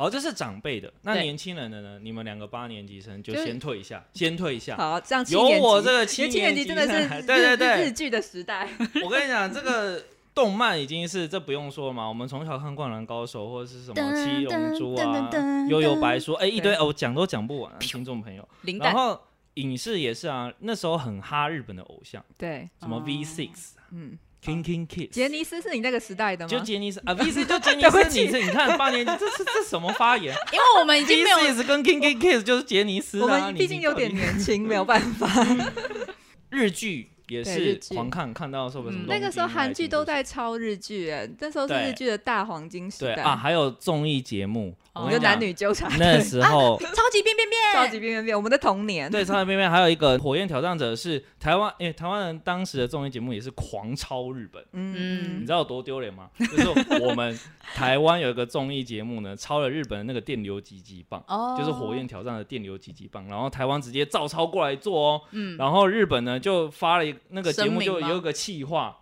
S1: 哦，这是长辈的。那
S3: 对
S1: 年轻人的呢？你们两个八年级生就
S2: 就是
S1: 先退一下，先退一下。
S2: 好，这样七
S1: 有
S2: 年
S1: 我
S2: 级
S1: 这个
S2: 因
S1: 七
S2: 为七年级真的是
S1: 生
S2: 日
S1: 对对对，
S2: 日日剧的时代，
S1: 我跟你讲，这个动漫已经是这不用说嘛，我们从小看《灌篮高手》或者是什么《七龙珠》啊，《悠悠白书》哎，一堆
S2: 对
S1: 哦，讲都讲不完啊，听众朋友。
S3: 林
S1: 然
S3: 丹，
S1: 后影视也是啊，那时候很哈日本的偶像，
S2: 对，
S1: 什么
S3: 哦
S1: V Six、
S2: 嗯，
S1: King King Kids。
S2: 杰尼斯是你那个时代的吗？
S1: 就杰尼斯啊，V
S2: [LAUGHS]
S1: C 就杰尼
S2: 对不
S1: 斯，
S2: 起
S1: 你是你看八年级，这是这什么发
S2: [LAUGHS]
S1: 言
S3: 因为我们已经
S1: ？V
S3: 没有
S1: C 跟 King King Kids 就是杰尼斯啊
S2: 我们
S1: 你
S2: 毕竟有点
S1: 你到底 [LAUGHS]
S2: 年轻，没有办法。
S1: 日剧也
S2: 对
S1: 是
S2: 日剧
S1: 狂看，看到受不了什么
S3: 嗯
S1: 东
S2: 那个时候
S1: 京
S2: 韩剧都
S1: 来
S2: 在抄日剧，哎，那时候是
S1: 对
S2: 日剧的大黄金时
S1: 听对
S2: 代
S1: 啊，，还有综艺节目，
S3: 哦
S1: 我跟
S2: 就
S1: 你讲
S2: 男女
S1: [LAUGHS]
S2: 纠缠，
S1: 那
S2: 对
S1: 时候
S2: [LAUGHS]
S3: 超级变变变，
S2: 超级变变变，我们的童年，
S1: 对，超人边边还有一个火焰挑战者是台湾，因为台湾人当时的综艺节目也是狂抄日本，你
S2: 嗯，嗯，
S1: 知道有多丢脸吗？就是我们台湾有一个综艺节目呢，抄了日本的那个电流击击棒。
S3: 哦，
S1: 就是火焰，挑战的电流击击棒，然后台湾直接照抄过来做哦，
S3: 嗯，
S1: 然后日本呢就发了一那个节
S3: 声
S1: 目
S3: 明
S1: 就
S3: 吗
S1: 有一个气话，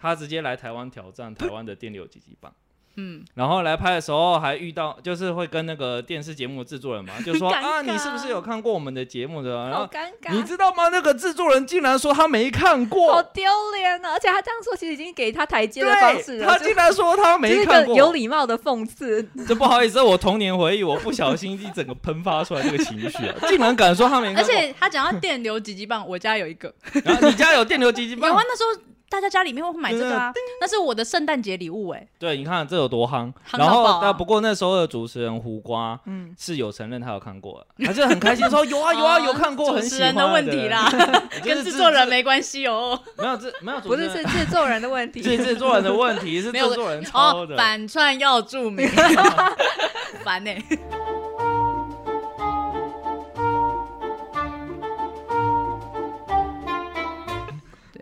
S1: 他直接来台湾挑战台湾的电流几级棒。
S3: 嗯，
S1: 然后来拍的时候还遇到，就是会跟那个电视节目的制作人嘛，就说
S2: 尴尬
S1: 啊，你是不是有看过我们的节目的啊？然
S2: 好
S1: 后
S2: 尴
S1: 你
S2: 尬，
S1: 知道吗？那个制作人竟然说他没看
S2: 好
S1: 过，
S2: 丢脸啊！而且他这样说，其实已经给他台阶的方式
S1: 对，
S2: 了，
S1: 他
S2: 就
S1: 竟然说他
S2: 就
S1: 没
S2: 是
S1: 看
S2: 个
S1: 过，
S2: 有礼貌的
S1: [LAUGHS]
S2: 讽刺，
S1: 这不好意思，我童年回忆，我不小心一整个喷发出来这个情绪啊，竟然敢说他没看
S3: 而
S1: 过，
S3: 且他讲到电流几级棒，我家有一个，
S1: 然后你家有电流机器
S3: 有
S1: 棒
S3: 啊，，那时候大家家里面会买这个啊，那是我的圣诞节礼物哎、
S1: 对，你看这有多夯。
S3: 夯
S1: 然
S3: 到爆
S1: 后
S3: 啊，
S1: 但不过那时候的主持人胡瓜
S2: 嗯，
S1: 是有承认他有看过的，还是很开心
S3: [LAUGHS]
S1: 说有啊有啊
S3: 哦
S1: 有看过，
S3: 主
S1: 很
S3: 持
S1: 喜
S3: 人
S1: 欢啊
S3: 的问题啦，
S1: [LAUGHS] 就是
S3: 跟制作人
S1: 制
S3: 没关系哦。
S1: 没有制没有主
S2: 不
S1: 持
S2: 是
S1: 人
S2: 是制作人的问题，
S1: 是 [LAUGHS] 制作人的问
S3: [LAUGHS]
S1: 题，是
S3: 没有
S1: 制作人抄
S3: 哦
S1: 的，。
S3: 反串要注
S1: [LAUGHS]
S3: 明，烦欸呢、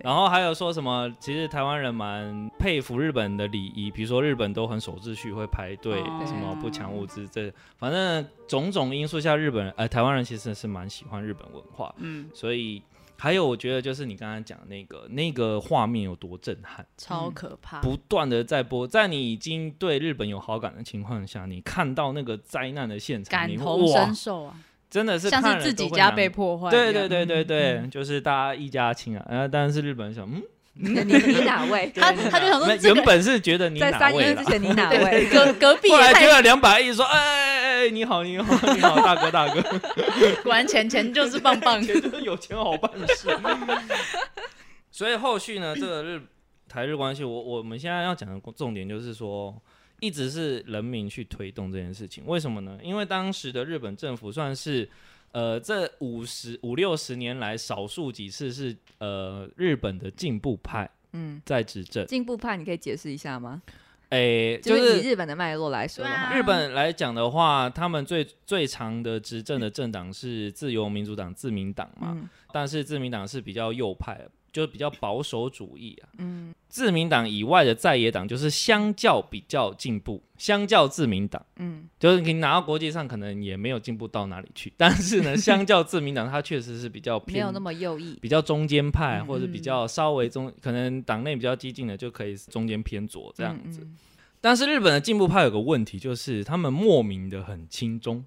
S1: 然后还有说什么？其实台湾人蛮佩服日本的礼仪，比如说日本都很守秩序，会排队，
S3: 哦
S1: 什么不抢物资，这反正种种因素下，日本人呃台湾人其实是蛮喜欢日本文化，
S3: 嗯，
S1: 所以还有我觉得就是你刚刚讲的那个那个画面有多震撼，
S3: 超可怕。
S1: 不断的在播，在你已经对日本有好感的情况下，你看到那个灾难的现场，
S3: 感
S1: 你会
S3: 同
S1: 哇
S3: 身，受啊，
S1: 真的是
S3: 像
S1: 看
S3: 是
S1: 了
S3: 自
S1: 都
S3: 己
S1: 会
S3: 家
S1: 难
S3: 被
S1: 过
S3: 破坏一
S1: 对
S3: 样。嗯
S1: 对对对对，就是大家一家亲啊，呃，但是日本人想，嗯。
S2: 你你哪位？
S3: 他他就想
S1: 那
S3: 说这
S1: 原
S3: 个
S1: 本是觉得你
S2: 在
S1: 哪
S2: 三
S1: 位
S2: 月
S1: 啦
S2: 之，前
S1: [LAUGHS]
S2: 你哪位？
S3: 啊隔隔壁
S1: 后
S3: 也
S1: 来觉
S3: 太
S1: 得两百亿说，哎哎哎哎，你好你好你好，大哥大哥，
S3: 果然钱钱就是棒棒
S1: [LAUGHS] 。觉得有钱好办事。 [LAUGHS] 所以后续呢，这个日台日关系，我我们现在要讲的重点就是说。一直是人民去推动这件事情，为什么呢？因为当时的日本政府算是，呃，这五十五六十年来少数几次是呃日本的进步派
S2: 嗯，
S1: 在执政，
S2: 进步派你可以解释一下吗？
S1: 诶、
S2: 就
S1: 就是是
S2: 以日本的脉络来说的话，
S3: 对啊
S1: 日本来讲的话，他们最最长的执政的政党是自由民主党、自民党嘛，
S2: 嗯
S1: 但是自民党是比较右派，就是比较保守主义啊。
S2: 嗯
S1: 自民党以外的在野党就是相较比较进步，相较自民党，
S2: 嗯，
S1: 就是你拿到国际上可能也没有进步到哪里去，但是呢，相较自民党，它确实是比较
S2: 没
S1: 偏
S2: 有那么右翼，
S1: 比较中间派，啊
S2: 嗯
S1: 或者比较稍微中，可能党内比较激进的就可以中间偏左这样子。
S2: 嗯，嗯
S1: 但是日本的进步派有个问题，就是他们莫名的很轻中。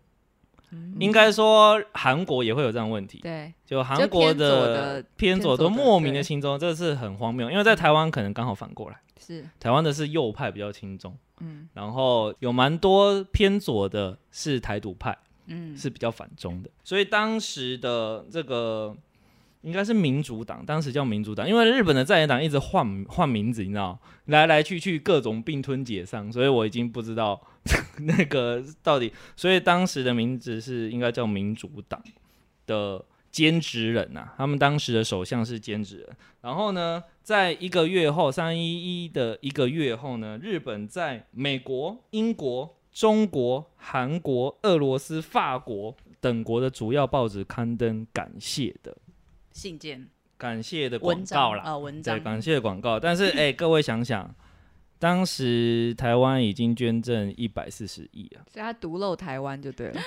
S2: 嗯
S1: 应该说韩国也会有这样的问题，
S2: 对，
S1: 就韩国的
S2: 就
S1: 偏
S2: 偏
S1: 左
S2: 左的嗯
S1: 都莫名的轻中，这是很荒谬。因为在台湾可能刚好反过来，
S2: 是，
S1: 台湾的是右派比较轻中，
S2: 嗯，
S1: 然后有蛮多偏左的是台独派，
S3: 嗯，
S1: 是比较反中的。所以当时的这个应该是民主党，当时叫民主党，因为日本的在野党一直换换名字，你知道，来来去去各种并吞解散，所以我已经不知道 [LAUGHS] 那个到底。所以当时的名字是应该叫民主党的。兼职人呐、他们当时的首相是兼职人。然后呢，在一个月后，三一一的一个月后呢，日本在美国、英国、中国、韩国、俄罗斯、法国等国的主要报纸刊登感谢的
S3: 信件
S1: 感谢的广
S3: 文
S1: 告
S3: 章
S1: 啦，
S3: 啊，文
S1: 对，
S3: 章
S1: 感谢广告。但是哎、各位想想，当时台湾已经捐赠一百四十亿啊，
S2: 所以他独漏台湾就 [LAUGHS] 对了，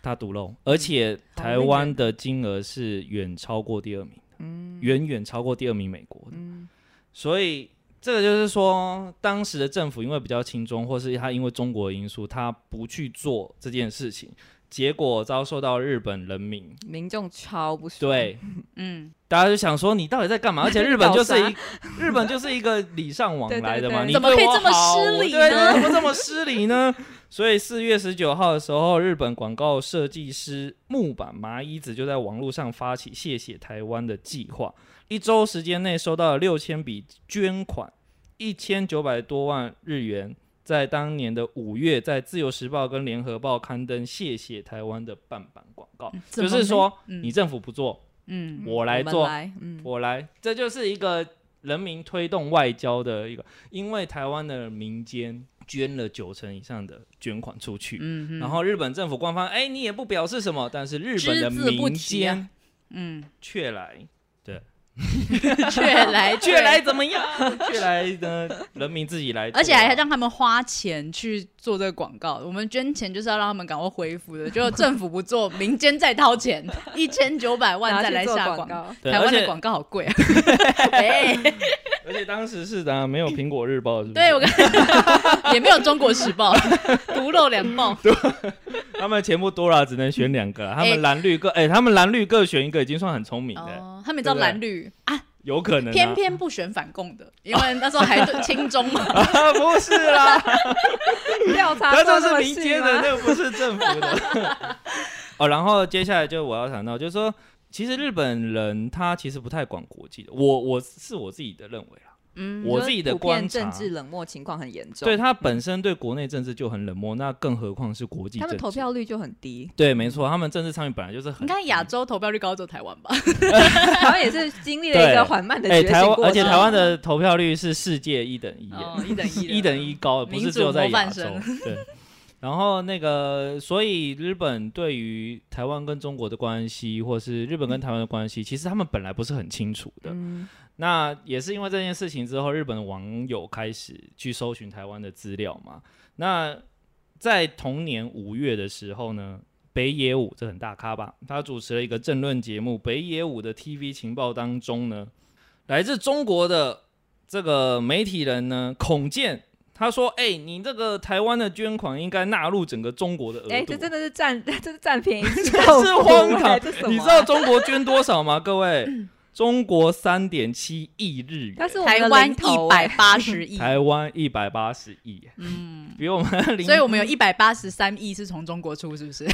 S1: 大独漏，而
S2: 嗯
S1: 且台湾的金额是远超过第二名，
S2: 嗯
S1: 远远超过第二名美国的，
S2: 嗯
S1: 所以。这个就是说，当时的政府因为比较轻中，或是他因为中国的因素，他不去做这件事情，结果遭受到日本人民
S2: 民众超不爽，
S1: 对
S3: 嗯，
S1: 大家就想说你到底在
S3: [LAUGHS]
S1: 干嘛？而且日本就是一
S2: 搞
S1: 日本就是一个礼尚往来的嘛，
S2: 对对对
S1: 你
S3: 怎么可以
S1: 对我
S3: 这么
S1: 好
S3: 失礼
S1: 对，
S3: 呢
S1: 怎么这么失礼呢？所以四月十九号的时候，日本广告设计师木板麻衣子就在网络上发起“谢谢台湾”的计划，一周时间内收到了六千笔捐款，一千九百多万日元。在当年的五月，在《自由时报》跟《联合报》刊登“谢谢台湾”的半版广告，
S3: 怎
S1: 就
S3: 么
S1: 是说，
S3: 没嗯
S1: 你政府不做，
S3: 嗯，
S1: 我来
S2: 来
S1: 做，
S2: 来，嗯，
S1: 我来，这就是一个人民推动外交的一个，因为台湾的民间捐了九成以上的捐款出去，
S3: 嗯哼
S1: 然后日本政府官方哎你也不表示什么，但是日本的
S3: 只字不
S1: 民
S3: 提啊
S1: 间 [LAUGHS]
S3: 嗯，
S1: 却来
S3: 却
S1: [LAUGHS]
S3: 来
S1: 却来，啊怎么样？却来呢，人民自己来做啊，
S3: 而且还让他们花钱去做这个广告。我们捐钱就是要让他们赶快恢复的，就政府不做，民间再
S1: [LAUGHS]
S3: 掏钱，一千九百万
S2: 拿
S3: 再
S2: 去
S3: 来
S2: 做
S3: 下
S2: [LAUGHS] 广。告，
S1: 对
S3: 台
S1: 而
S3: [LAUGHS] 湾的
S1: 且
S3: 广告好贵啊！哎，
S1: 而且当时是的、啊，没有苹果日报，是不是？
S3: 对我跟 [LAUGHS] 也没有中国时报， [LAUGHS] 独漏两报。
S1: 他们钱不多啦，只能选两个啦。他们蓝绿各，哎、他们蓝绿各选一个，已经算很聪明的、
S3: 哦，他们叫蓝绿啊，
S1: 有可能、啊。
S3: 偏偏不选反共的，因为那时候还 [LAUGHS] 亲中嘛。
S1: 啊， [LAUGHS] 不是啦，
S2: 调查
S1: 那都
S2: 做这
S1: 是
S2: 么
S1: 民
S2: 细
S1: 间
S2: 吗
S1: 的，那个不是政府的。
S2: [LAUGHS]
S1: 哦，然后接下来就我要谈到，就是说，其实日本人他其实不太管国际的，我我是我自己的认为啦，
S3: 嗯，
S1: 我自己的
S2: 普遍
S1: 观察
S2: 政，治嗯冷漠情况很严重，
S1: 对他本身对国内政治就很冷漠，那更何况是国际
S2: 他
S1: 政治。，
S2: 们投票率就很低
S1: [LAUGHS] 对，没错，他们政治参与本来就是很
S3: 你看亚洲投票率高，只有台湾吧？
S1: [LAUGHS]
S2: 台湾也是经历了一个
S1: 对
S2: 缓慢的
S1: 哎、
S2: 觉
S1: 台
S2: 醒
S1: 湾，
S2: 过
S1: 而且
S2: 程
S1: 台湾的投票率是世界一等一耶，
S3: 哦一等一的
S1: 一等一高，不
S3: 民
S1: 是
S3: 主
S1: 只有在
S3: 模
S1: 亚
S3: 范
S1: 洲
S3: 生。
S1: 对，然后那个，所以日本对于台湾跟中国的关系，或是日本跟台湾的关系，其实他们本来不是很清楚的。
S2: 嗯，
S1: 那也是因为这件事情之后，日本的网友开始去搜寻台湾的资料嘛。那在同年五月的时候呢，北野武这很大咖吧，他主持了一个政论节目。北野武的 TV 情报当中呢，来自中国的这个媒体人呢，孔健。他说：“哎、你这个台湾的捐款应该纳入整个中国的额度。
S2: 哎、这真的是占， [LAUGHS] 这是占便宜吃
S1: 这
S2: 豆 [LAUGHS]
S1: 是
S2: 腐
S1: 荒
S2: 哎
S1: 唐
S2: 这什么啊。
S1: 你知道中国捐多少吗？各位，中国三点七亿日元，
S2: 但是我们
S3: 台
S2: 的
S3: 湾
S2: 零
S3: 一
S2: 头
S3: 百
S2: 哎
S3: 八十亿，
S1: 台湾一百八十亿，
S3: 欸嗯，
S1: 比我们零，
S3: 所以我们有一百八十三亿是从中国出，是
S1: [LAUGHS]
S3: 不是？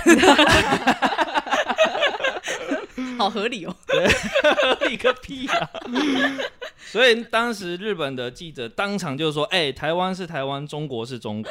S3: 好合理哦。
S1: 立个屁
S3: [LAUGHS]
S1: 啊！所以当时日本的记者当场就说：“哎、台湾是台湾，中国是中国。”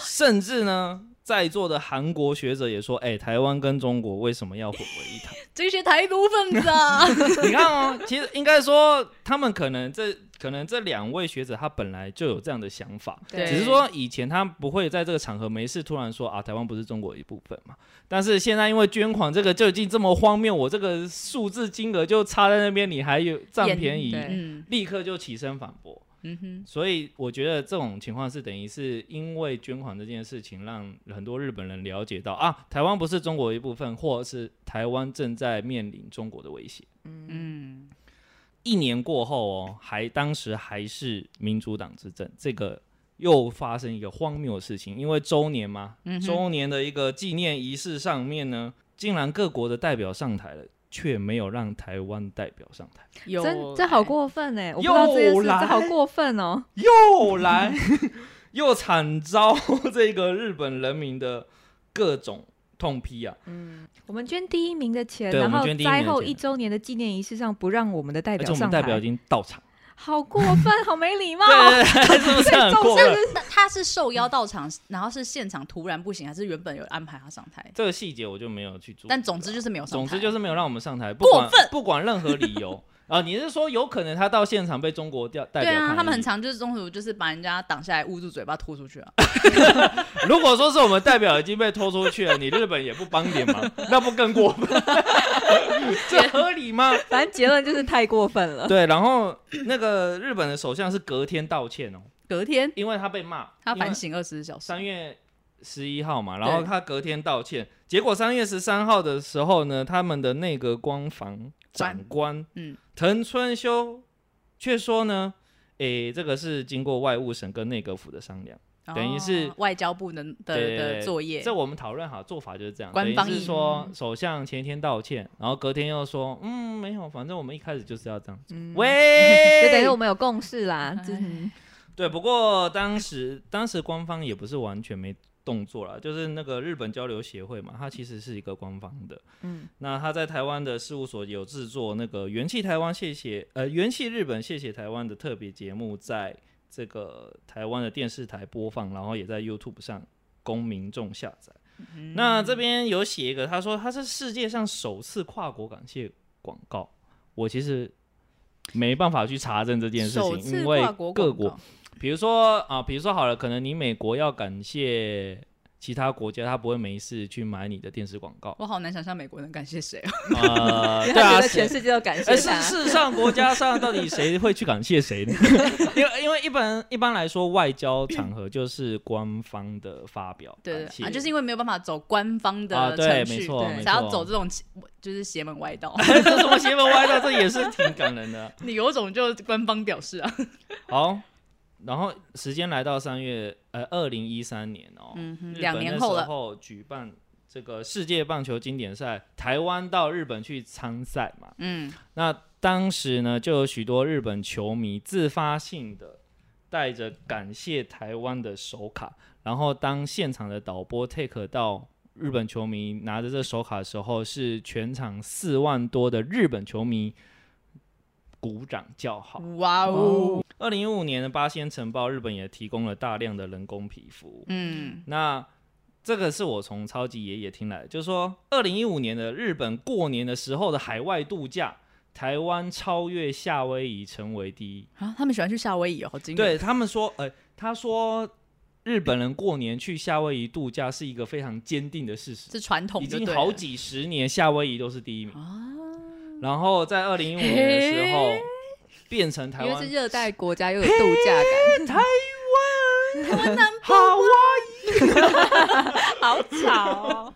S1: 甚至呢，在座的韩国学者也说：“哎、台湾跟中国为什么要混为一谈？”
S3: 这些台独分子
S1: [LAUGHS]
S3: 啊，
S1: 你看
S3: [LAUGHS]
S1: 哦，其实应该说，他们可能这可能这两位学者他本来就有这样的想法，
S2: [LAUGHS] 对
S1: 只是说以前他不会在这个场合没事突然说啊，台湾不是中国一部分嘛。但是现在因为捐款这个就已经这么荒谬，我这个数字金额就差在那边，你还有占
S2: 眼
S1: 便宜，
S2: 对
S3: 嗯
S1: 立刻就起身反驳。
S3: 嗯哼，
S1: 所以我觉得这种情况是等于是因为捐款这件事情，让很多日本人了解到啊，台湾不是中国一部分，或者是台湾正在面临中国的威胁。
S3: 嗯，
S1: 一年过后哦，还当时还是民主党执政，这个又发生一个荒谬的事情，因为周年嘛
S3: 嗯，哼
S1: 周年的一个纪念仪式上面呢，竟然各国的代表上台了。却没有让台湾代表上台，
S3: 有
S2: 真这好过分哎、我不知
S1: 又
S2: 道这件事，
S1: 来
S2: 这好过分哦、
S1: 又来又惨遭这个日本人民的各种痛批啊！
S2: 嗯我们捐第一名的钱，
S1: 对
S2: 然
S1: 我们
S2: 后
S1: 捐第一名的
S2: 灾后
S1: 钱
S2: 一周年的纪念仪式上不让我们的代
S1: 而
S2: 表
S1: 且我
S2: 上
S1: 们
S2: 台，啊
S1: 代表已经到场，
S2: 好
S1: [LAUGHS]
S2: 过分，好没礼貌。
S1: 对对对，是不是很过分？
S3: 那他是受邀到场，然后是现场突然不行，还是原本有安排他上台？
S1: 这个细节我就没有去注意了。
S3: 但总之就是没有上
S1: 嗯总
S3: 台。
S1: 之就是没有让我们上台，不
S3: 过
S1: 管
S3: 分
S1: 不管任何理
S3: [LAUGHS]
S1: 由啊！你是说有可能他到现场被中国调代
S3: 对
S1: 表抗
S3: 啊，
S1: 议
S3: 他们很。常就是中途就是把人家挡下来，捂住嘴巴拖出去啊。
S1: 如果说是我们代表已经被拖出去了，你日本也不帮点
S3: [LAUGHS]
S1: 忙，那不更过分？这合理吗？
S2: 反正结论就是太过分了。
S1: 对，然后那个日本的首相是隔天道歉哦，
S3: 隔天
S1: 因为他被骂，
S3: 他反省二十四小时，
S1: 三月十一号嘛，然后他隔天道歉，结果三月十三号的时候呢，他们的内阁官房长官，
S3: 嗯，
S1: 藤村修却说呢，诶，这个是经过外务省跟内阁府的商量，
S3: 哦
S1: 等于是
S3: 外交部的的
S1: 对
S3: 的作业
S1: 这。我们讨论好做法就是这样，
S3: 官
S1: 等于
S3: 方
S1: 是
S3: 意
S1: 说首相前一天道歉，然后隔天又说，嗯，没有，反正我们一开始就是要这样，
S3: [LAUGHS]
S2: 嗯
S1: 喂，
S2: 就等于我们有共识啦，
S3: 哎
S2: 这嗯
S1: 对，不过当时当时官方也不是完全没动作啦，就是那个日本交流协会嘛，它其实是一个官方的。
S2: 嗯，
S1: 那他在台湾的事务所有制作那个“元气台湾谢谢”呃“元气日本谢谢台湾”的特别节目，在这个台湾的电视台播放，然后也在 YouTube 上供民众下载。
S3: 嗯
S1: 那这边有写一个，他说他是世界上首次跨国感谢广告。我其实没办法去查证这件事
S3: 首
S1: 情，
S3: 次
S1: 因为
S3: 跨国
S1: 各
S3: 广
S1: 国
S3: 告，。
S1: 比如说啊，比如说好了，可能你美国要感谢其他国家他不会没事去买你的电视广告 [LAUGHS]
S3: 我好难想象美国人感谢谁啊！
S1: 呃，
S2: 因为
S1: 对
S2: 他
S1: 啊，
S2: 觉得全
S1: 是
S2: 世界都感
S1: 哎，
S2: 谢
S1: 事
S2: 他。
S1: 事实上，国家上到底谁会去感谢谁
S3: [LAUGHS]
S1: 呢？因为因为一般一般来说，外交场合就是官方的发表
S3: 对
S1: 感
S3: 对
S1: 谢
S3: 啊，就是因为没有办法走官方
S1: 啊
S3: 的
S1: 对
S3: 程
S1: 没
S3: 序，
S1: 错
S2: 对
S1: 没
S3: 才要
S1: 错
S3: 走这种就是邪门歪道。
S1: [LAUGHS]
S3: [LAUGHS]
S1: 这什么邪门歪道，这也是挺感人的。
S3: 你有种就官方表示啊。
S1: 好，然后时间来到三月，呃，二零一三年哦，
S3: 嗯哼
S1: 日
S3: 两
S1: 本
S3: 年
S1: 那
S3: 后
S1: 时
S3: 了
S1: 候举办这个世界棒球经典赛，台湾到日本去参赛嘛。
S3: 嗯，
S1: 那当时呢，就有许多日本球迷自发性的带着感谢台湾的手卡，然后当现场的导播 take 到日本球迷拿着这手卡的时候，是全场四万多的日本球迷鼓掌叫好。
S3: 哇哦，
S1: 二零一五年的八仙城堡，日本也提供了大量的人工皮肤。
S3: 嗯，
S1: 那这个是我从超级爷爷听来的，就是说，二零一五年的日本过年的时候的海外度假，台湾超越夏威夷成为第一。
S3: 啊，他们喜欢去夏威夷哦，好惊人。
S1: 对他们说，呃，他说日本人过年去夏威夷度假是一个非常坚定的事实，
S3: 是传统
S1: 已
S3: 就
S1: 经
S3: 对
S1: 好
S3: 了
S1: 几十年夏威夷都是第一名。然后在二零一五年的时候
S3: 嘿，
S1: 变成台
S2: 因为
S1: 湾
S2: 是热带国家，又有度假感，
S1: 台湾， [LAUGHS] 台湾南好啊，
S2: 好吵哦！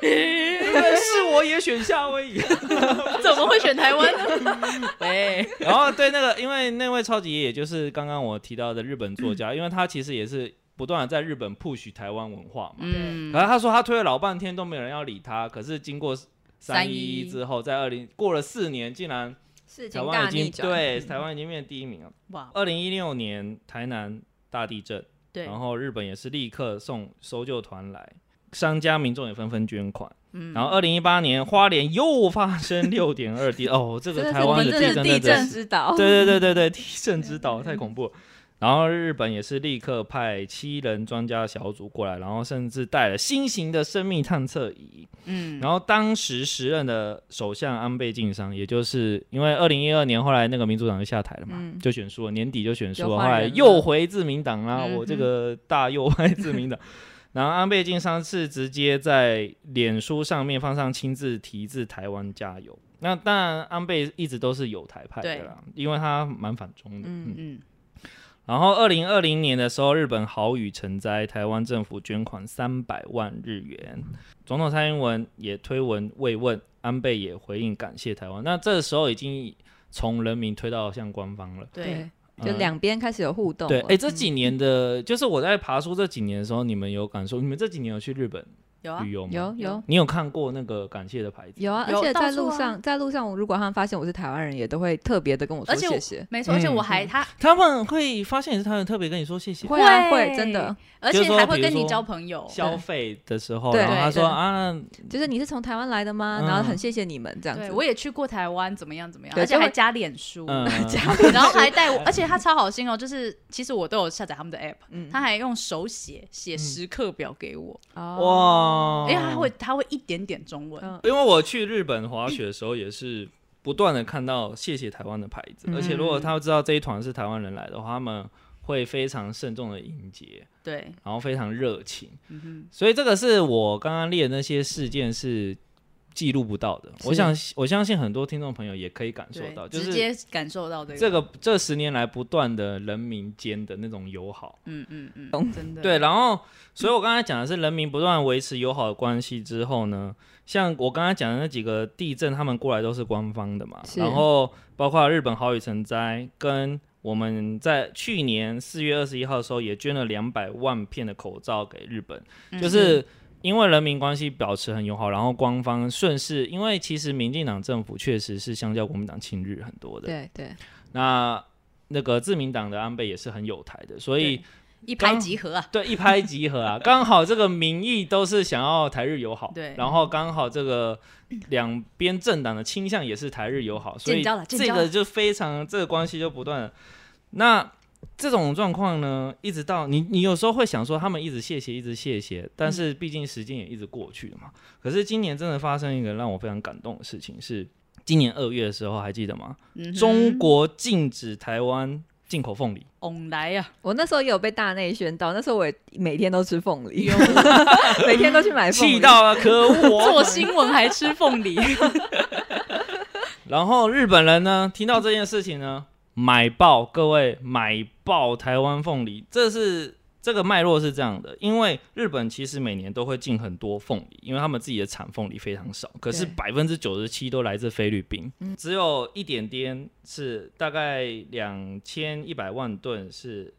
S1: 是我也选夏威夷。
S3: 怎么会选台湾呢？ [LAUGHS] 喂，
S1: [LAUGHS] 然后对那个，因为那位超级爷爷就是刚刚我提到的日本作家，因为他其实也是不断的在日本 push 台湾文化嘛。
S3: 嗯
S1: 可，是他说他推了老半天都没有人要理他，可是经过三
S3: 三
S1: 一
S3: 一
S1: 之后，在二零过了四年，竟然
S2: 事
S1: 台
S2: 情
S1: 湾
S2: 大
S1: 已
S2: 逆
S1: 经
S2: 转，
S1: 对台湾已经变第一名了。
S3: 哇，
S1: 二零一六年台南大地震，
S3: 对，
S1: 然后日本也是立刻送搜救团来，商家民众也纷纷捐款。
S3: 嗯
S1: 然后二零一八年花莲又发生六点二地，哦，这
S2: 真
S1: 个
S2: 的
S1: 台
S2: 是我
S1: 湾
S2: 们
S1: 的
S2: 真
S1: 地
S2: 的
S1: 震
S3: 地
S1: 真的
S3: 震
S1: 是，
S2: 知道，
S1: 对对对对对，地震之岛太恐怖了。然后日本也是立刻派七人专家小组过来，然后甚至带了新型的生命探测仪。
S3: 嗯，
S1: 然后当时时任的首相安倍晋三，也就是因为二零一二年后来那个民主党就下台了嘛，
S2: 嗯
S1: 就选输了，年底就选输了，
S2: 就
S1: 后
S2: 换
S1: 来
S2: 人了
S1: 又回自民党啦、
S3: 嗯哼
S1: 我这个大右派自民党。然后安倍晋三是直接在脸书上面放上亲自题字“台湾加油”。那当然，安倍一直都是有台派的啦，因为他蛮反中的。
S2: 嗯
S1: 嗯。
S3: 嗯，
S1: 然后，二零二零年的时候，日本豪雨成灾，台湾政府捐款三百万日元。总统蔡英文也推文慰问，安倍也回应感谢台湾。那这时候已经从人民推到向官方了。
S3: 对，，
S2: 就
S1: 嗯
S2: 两边开始有互动
S1: 对，
S2: 了。嗯
S1: 哎、这几年的，就是我在爬书这几年的时候，你们有感受？你们这几年有去日本
S3: 有啊
S1: 旅，游吗？
S2: 嗯有有
S1: 你有看过那个感谢的牌子？
S2: 有啊，而
S3: 有
S2: 且
S3: 到
S2: 在
S3: 处
S2: 路
S3: 啊
S2: 上，在路上，我如果他们发现我是台湾人，也都会特别的跟我说
S3: 而且我
S2: 谢谢。
S3: 没错，而且
S1: 嗯
S3: 我还他，
S1: 他们会发现你是他们特别跟你说谢谢。
S2: 会啊
S3: 会
S2: 会，真的，
S3: 而
S1: 就
S3: 且
S1: 是说
S3: 还会
S1: 比如
S3: 跟你
S1: 说
S3: 交朋友，
S1: 消费的时候，
S2: 对
S1: 然后他说
S2: 对
S1: 啊，
S2: 就是你是从台湾来的
S1: 嗯
S2: 吗？然后很谢谢你们这样
S3: 对
S2: 子。
S3: 我也去过台湾，怎么样怎么样，
S2: 对
S3: 而且
S2: 就会
S3: 还加脸书，
S1: 嗯，
S3: [LAUGHS]
S2: [LAUGHS]
S3: 然后还带我，而且他超好心哦，就是其实我都有下载他们的 app，、
S2: 嗯
S3: 他还用手写写时刻表给我，
S2: 哦
S1: 哇，
S2: 哎
S3: 因为他会他会一点点中文，
S2: 嗯
S1: 因为我去日本滑雪的时候也是不断的看到谢谢台湾的牌子，
S2: 嗯
S1: 而且如果他们知道这一团是台湾人来的话，他们会非常慎重的迎接，
S3: 对，
S1: 然后非常热情。
S3: 嗯
S1: 所以这个是我刚刚列的那些事件是记录不到的。我想我相信很多听众朋友也可以感
S3: 哼，
S1: 受
S3: 对，
S1: 到，就
S3: 直
S1: 是
S3: 接感受到这个，
S1: 这个这十年来不断的人民间的那种友好。
S3: 嗯嗯嗯，真的，
S1: 对，然后，所以我刚才讲的是人民不断维持友好的关系之后呢，像我刚才讲的那几个地震，他们过来都是官方的嘛，
S2: 是
S1: 然后包括日本豪雨成灾，跟我们在去年四月二十一号的时候也捐了两百万片的口罩给日本，
S3: 嗯
S1: 就是。因为人民关系保持很友好，然后官方顺势，因为其实民进党政府确实是相较国民党亲日很多的，
S2: 对对，
S1: 那那个自民党的安倍也是很有台的，所以
S3: 对一拍即合啊，
S1: 对，一拍即合啊！刚好这个民意都是想要台日友好，
S3: 对
S1: 然后刚好这个两边政党的倾向也是台日友好，所以
S3: 建交了建
S1: 这
S3: 交
S1: 个
S3: 了
S1: 就非常这个关系就不断了。那这种状况呢，一直到你你有时候会想说他们一直谢谢一直谢谢，
S3: 嗯
S1: 但是毕竟时间也一直过去了嘛。可是今年真的发生一个让我非常感动的
S3: 嗯
S1: 事情是。今年二月的时候，还记得吗？
S3: 嗯哼
S1: 中国禁止台湾进口凤梨，
S3: 翁来啊呀、
S2: 我那时候也有被大内宣到，那时候我也每天都吃
S3: [LAUGHS]
S2: 凤梨， [LAUGHS] 每天都去买凤梨，
S1: 气到了，可恶哦我！
S3: 做新闻还吃
S1: [LAUGHS]
S3: 凤梨，
S1: 然后日本人呢，听到这件事情呢，买爆各位买爆台湾凤梨，这是这个脉络是这样的，因为日本其实每年都会进很多凤梨，因为他们自己的产凤梨非常少，可是百分之九十七都来自菲律宾，只有一点点是大概两千一百万吨是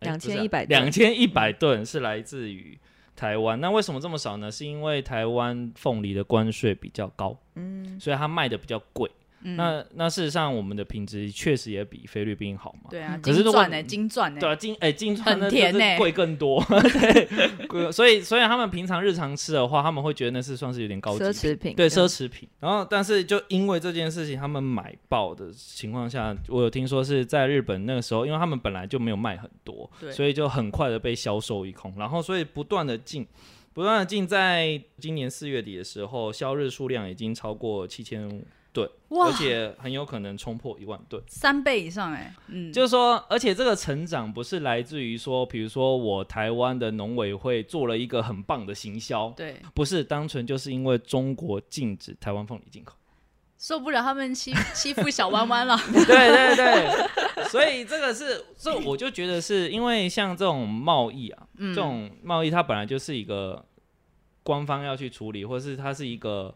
S2: 2100
S1: 啊两千一百吨是来自于。台湾那为什么这么少呢？是因为台湾凤梨的关税比较高，
S2: 嗯，
S1: 所以它卖的比较贵。
S3: 嗯
S1: 那那事实上，我们的品质确实也比菲律宾好嘛。
S3: 对啊，
S1: 嗯可是
S3: 金
S1: 如果
S3: 钻呢、金钻呢、
S1: 对啊，金哎、金川
S3: 很
S1: 的
S3: 甜
S1: 就是
S3: 欸
S1: 贵更
S3: [LAUGHS]
S1: 多，对，贵所以所以他们平常日常吃的话，他们会觉得那是算是有点高级
S2: 奢
S1: 品
S2: 侈品，
S1: 对
S2: 这样
S1: 奢侈品。然后，但是就因为这件事情，他们买爆的情况下，我有听说是在日本那个时候，因为他们本来就没有卖很多
S3: 对，
S1: 所以就很快的被销售一空。然后，所以不断的进，不断的进，在今年四月底的时候，销日数量已经超过七千吨，
S3: 哇
S1: 而且很有可能冲破一万吨。
S3: 三倍以上哎、嗯，
S1: 就是说，而且这个成长不是来自于说，比如说我台湾的农委会做了一个很棒的行销，
S3: 对，
S1: 不是单纯就是因为中国禁止台湾凤梨进
S3: [LAUGHS]
S1: 口。
S3: 受不了他们欺 [LAUGHS] 欺负小弯弯
S1: [LAUGHS]
S3: 了，
S1: 对对对，所以这个是，这我就觉得是因为像这种贸易啊，
S3: 嗯
S1: 这种贸易它本来就是一个官方要去处理，或是它是一个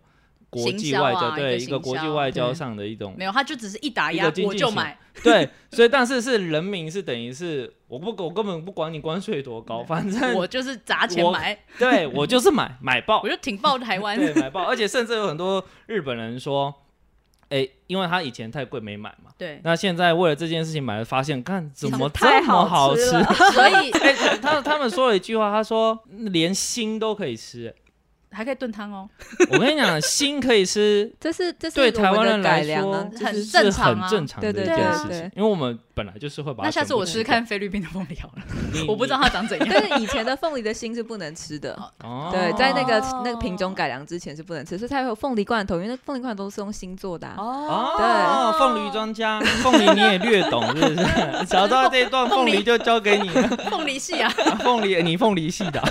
S1: 国际外交，
S3: 行销啊
S1: 对
S3: 一个
S1: 一个国
S3: 行
S1: 际
S3: 销
S1: 外交
S2: 对
S1: 上的一种
S3: 没有，他就只是一打
S1: 一
S3: 压
S1: 个经济
S3: 我就
S1: 型 [LAUGHS]
S3: 买，
S1: 对，所以但是是人民是等于是我不我根本不管你关税多高，反正
S3: 我就是砸钱
S1: 我 [LAUGHS]
S3: 买，
S1: 对我就是买买爆
S3: 我，就挺爆台湾， [LAUGHS]
S1: 对买爆，而且甚至有很多日本人说，哎、因为他以前太贵没买嘛，
S3: 对，
S1: 那现在为了这件事情买了，发现看怎么
S2: 太
S1: 这么好
S2: 吃
S1: 吃。 [LAUGHS]
S2: 了
S3: 所以
S1: 哎、他他们说了一句话，他说连心都可以吃。
S3: 还可以炖汤哦，
S1: 我跟你讲，心可以吃，
S2: 这是这是
S1: 对
S2: 我们
S1: 台湾
S2: 的
S1: 人
S2: 改
S1: 来
S2: 良
S1: 说
S2: 啊，
S3: 很
S1: 就是
S3: 正常啊
S1: 很正常的一
S2: 对
S1: 件
S2: 对
S3: 对
S1: 事
S2: 对
S1: 情。因为我们本来就是 [LAUGHS] 会把它
S3: 那下次
S1: 全部
S3: 我
S1: 吃
S3: 吃
S1: 掉
S3: 看，菲律宾的凤梨好了，
S1: 你
S3: 我不知道它长怎 [LAUGHS] 样，
S2: 但是以前的凤梨的心是不能吃的，
S1: 哦
S2: 对，在那个
S3: 哦
S2: 那个品种改良之前是不能吃，所以才会有凤梨罐头，因为那凤梨罐头都是用心做的、啊。
S3: 哦
S1: 哦，
S3: 对
S1: 凤梨专家，凤梨你也略懂是不是？找到这一段凤梨就交给你了，
S3: 凤梨系啊，
S1: 啊凤梨你凤梨 [LAUGHS] 系的。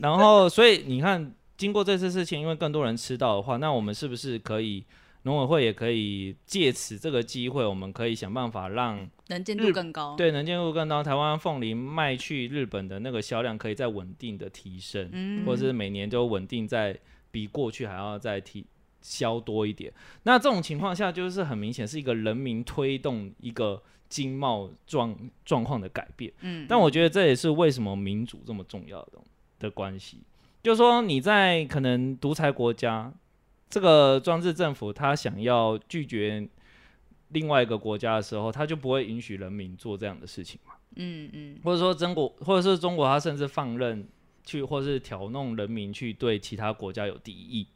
S1: 然后，所以你看，经过这次事情，因为更多人吃到的话，那我们是不是可以？农委会也可以借此这个机会，我们可以想办法让
S3: 能见度更高，
S1: 对能见度更高，台湾凤梨卖去日本的那个销量可以再稳定的提升。
S3: 嗯，
S1: 或者是每年都稳定在比过去还要再提销多一点。那这种情况下，就是很明显是一个人民推动一个经贸状状况的改变。
S3: 嗯，
S1: 但我觉得这也是为什么民主这么重要的东的关系，就是说你在可能独裁国家，这个专制政府他想要拒绝。另外一个国家的时候，他就不会允许人民做这样的事情嘛，
S3: 嗯嗯
S1: 或者说中国，或者是中国，他甚至放任去或是挑弄人民去对其他国家有敌意。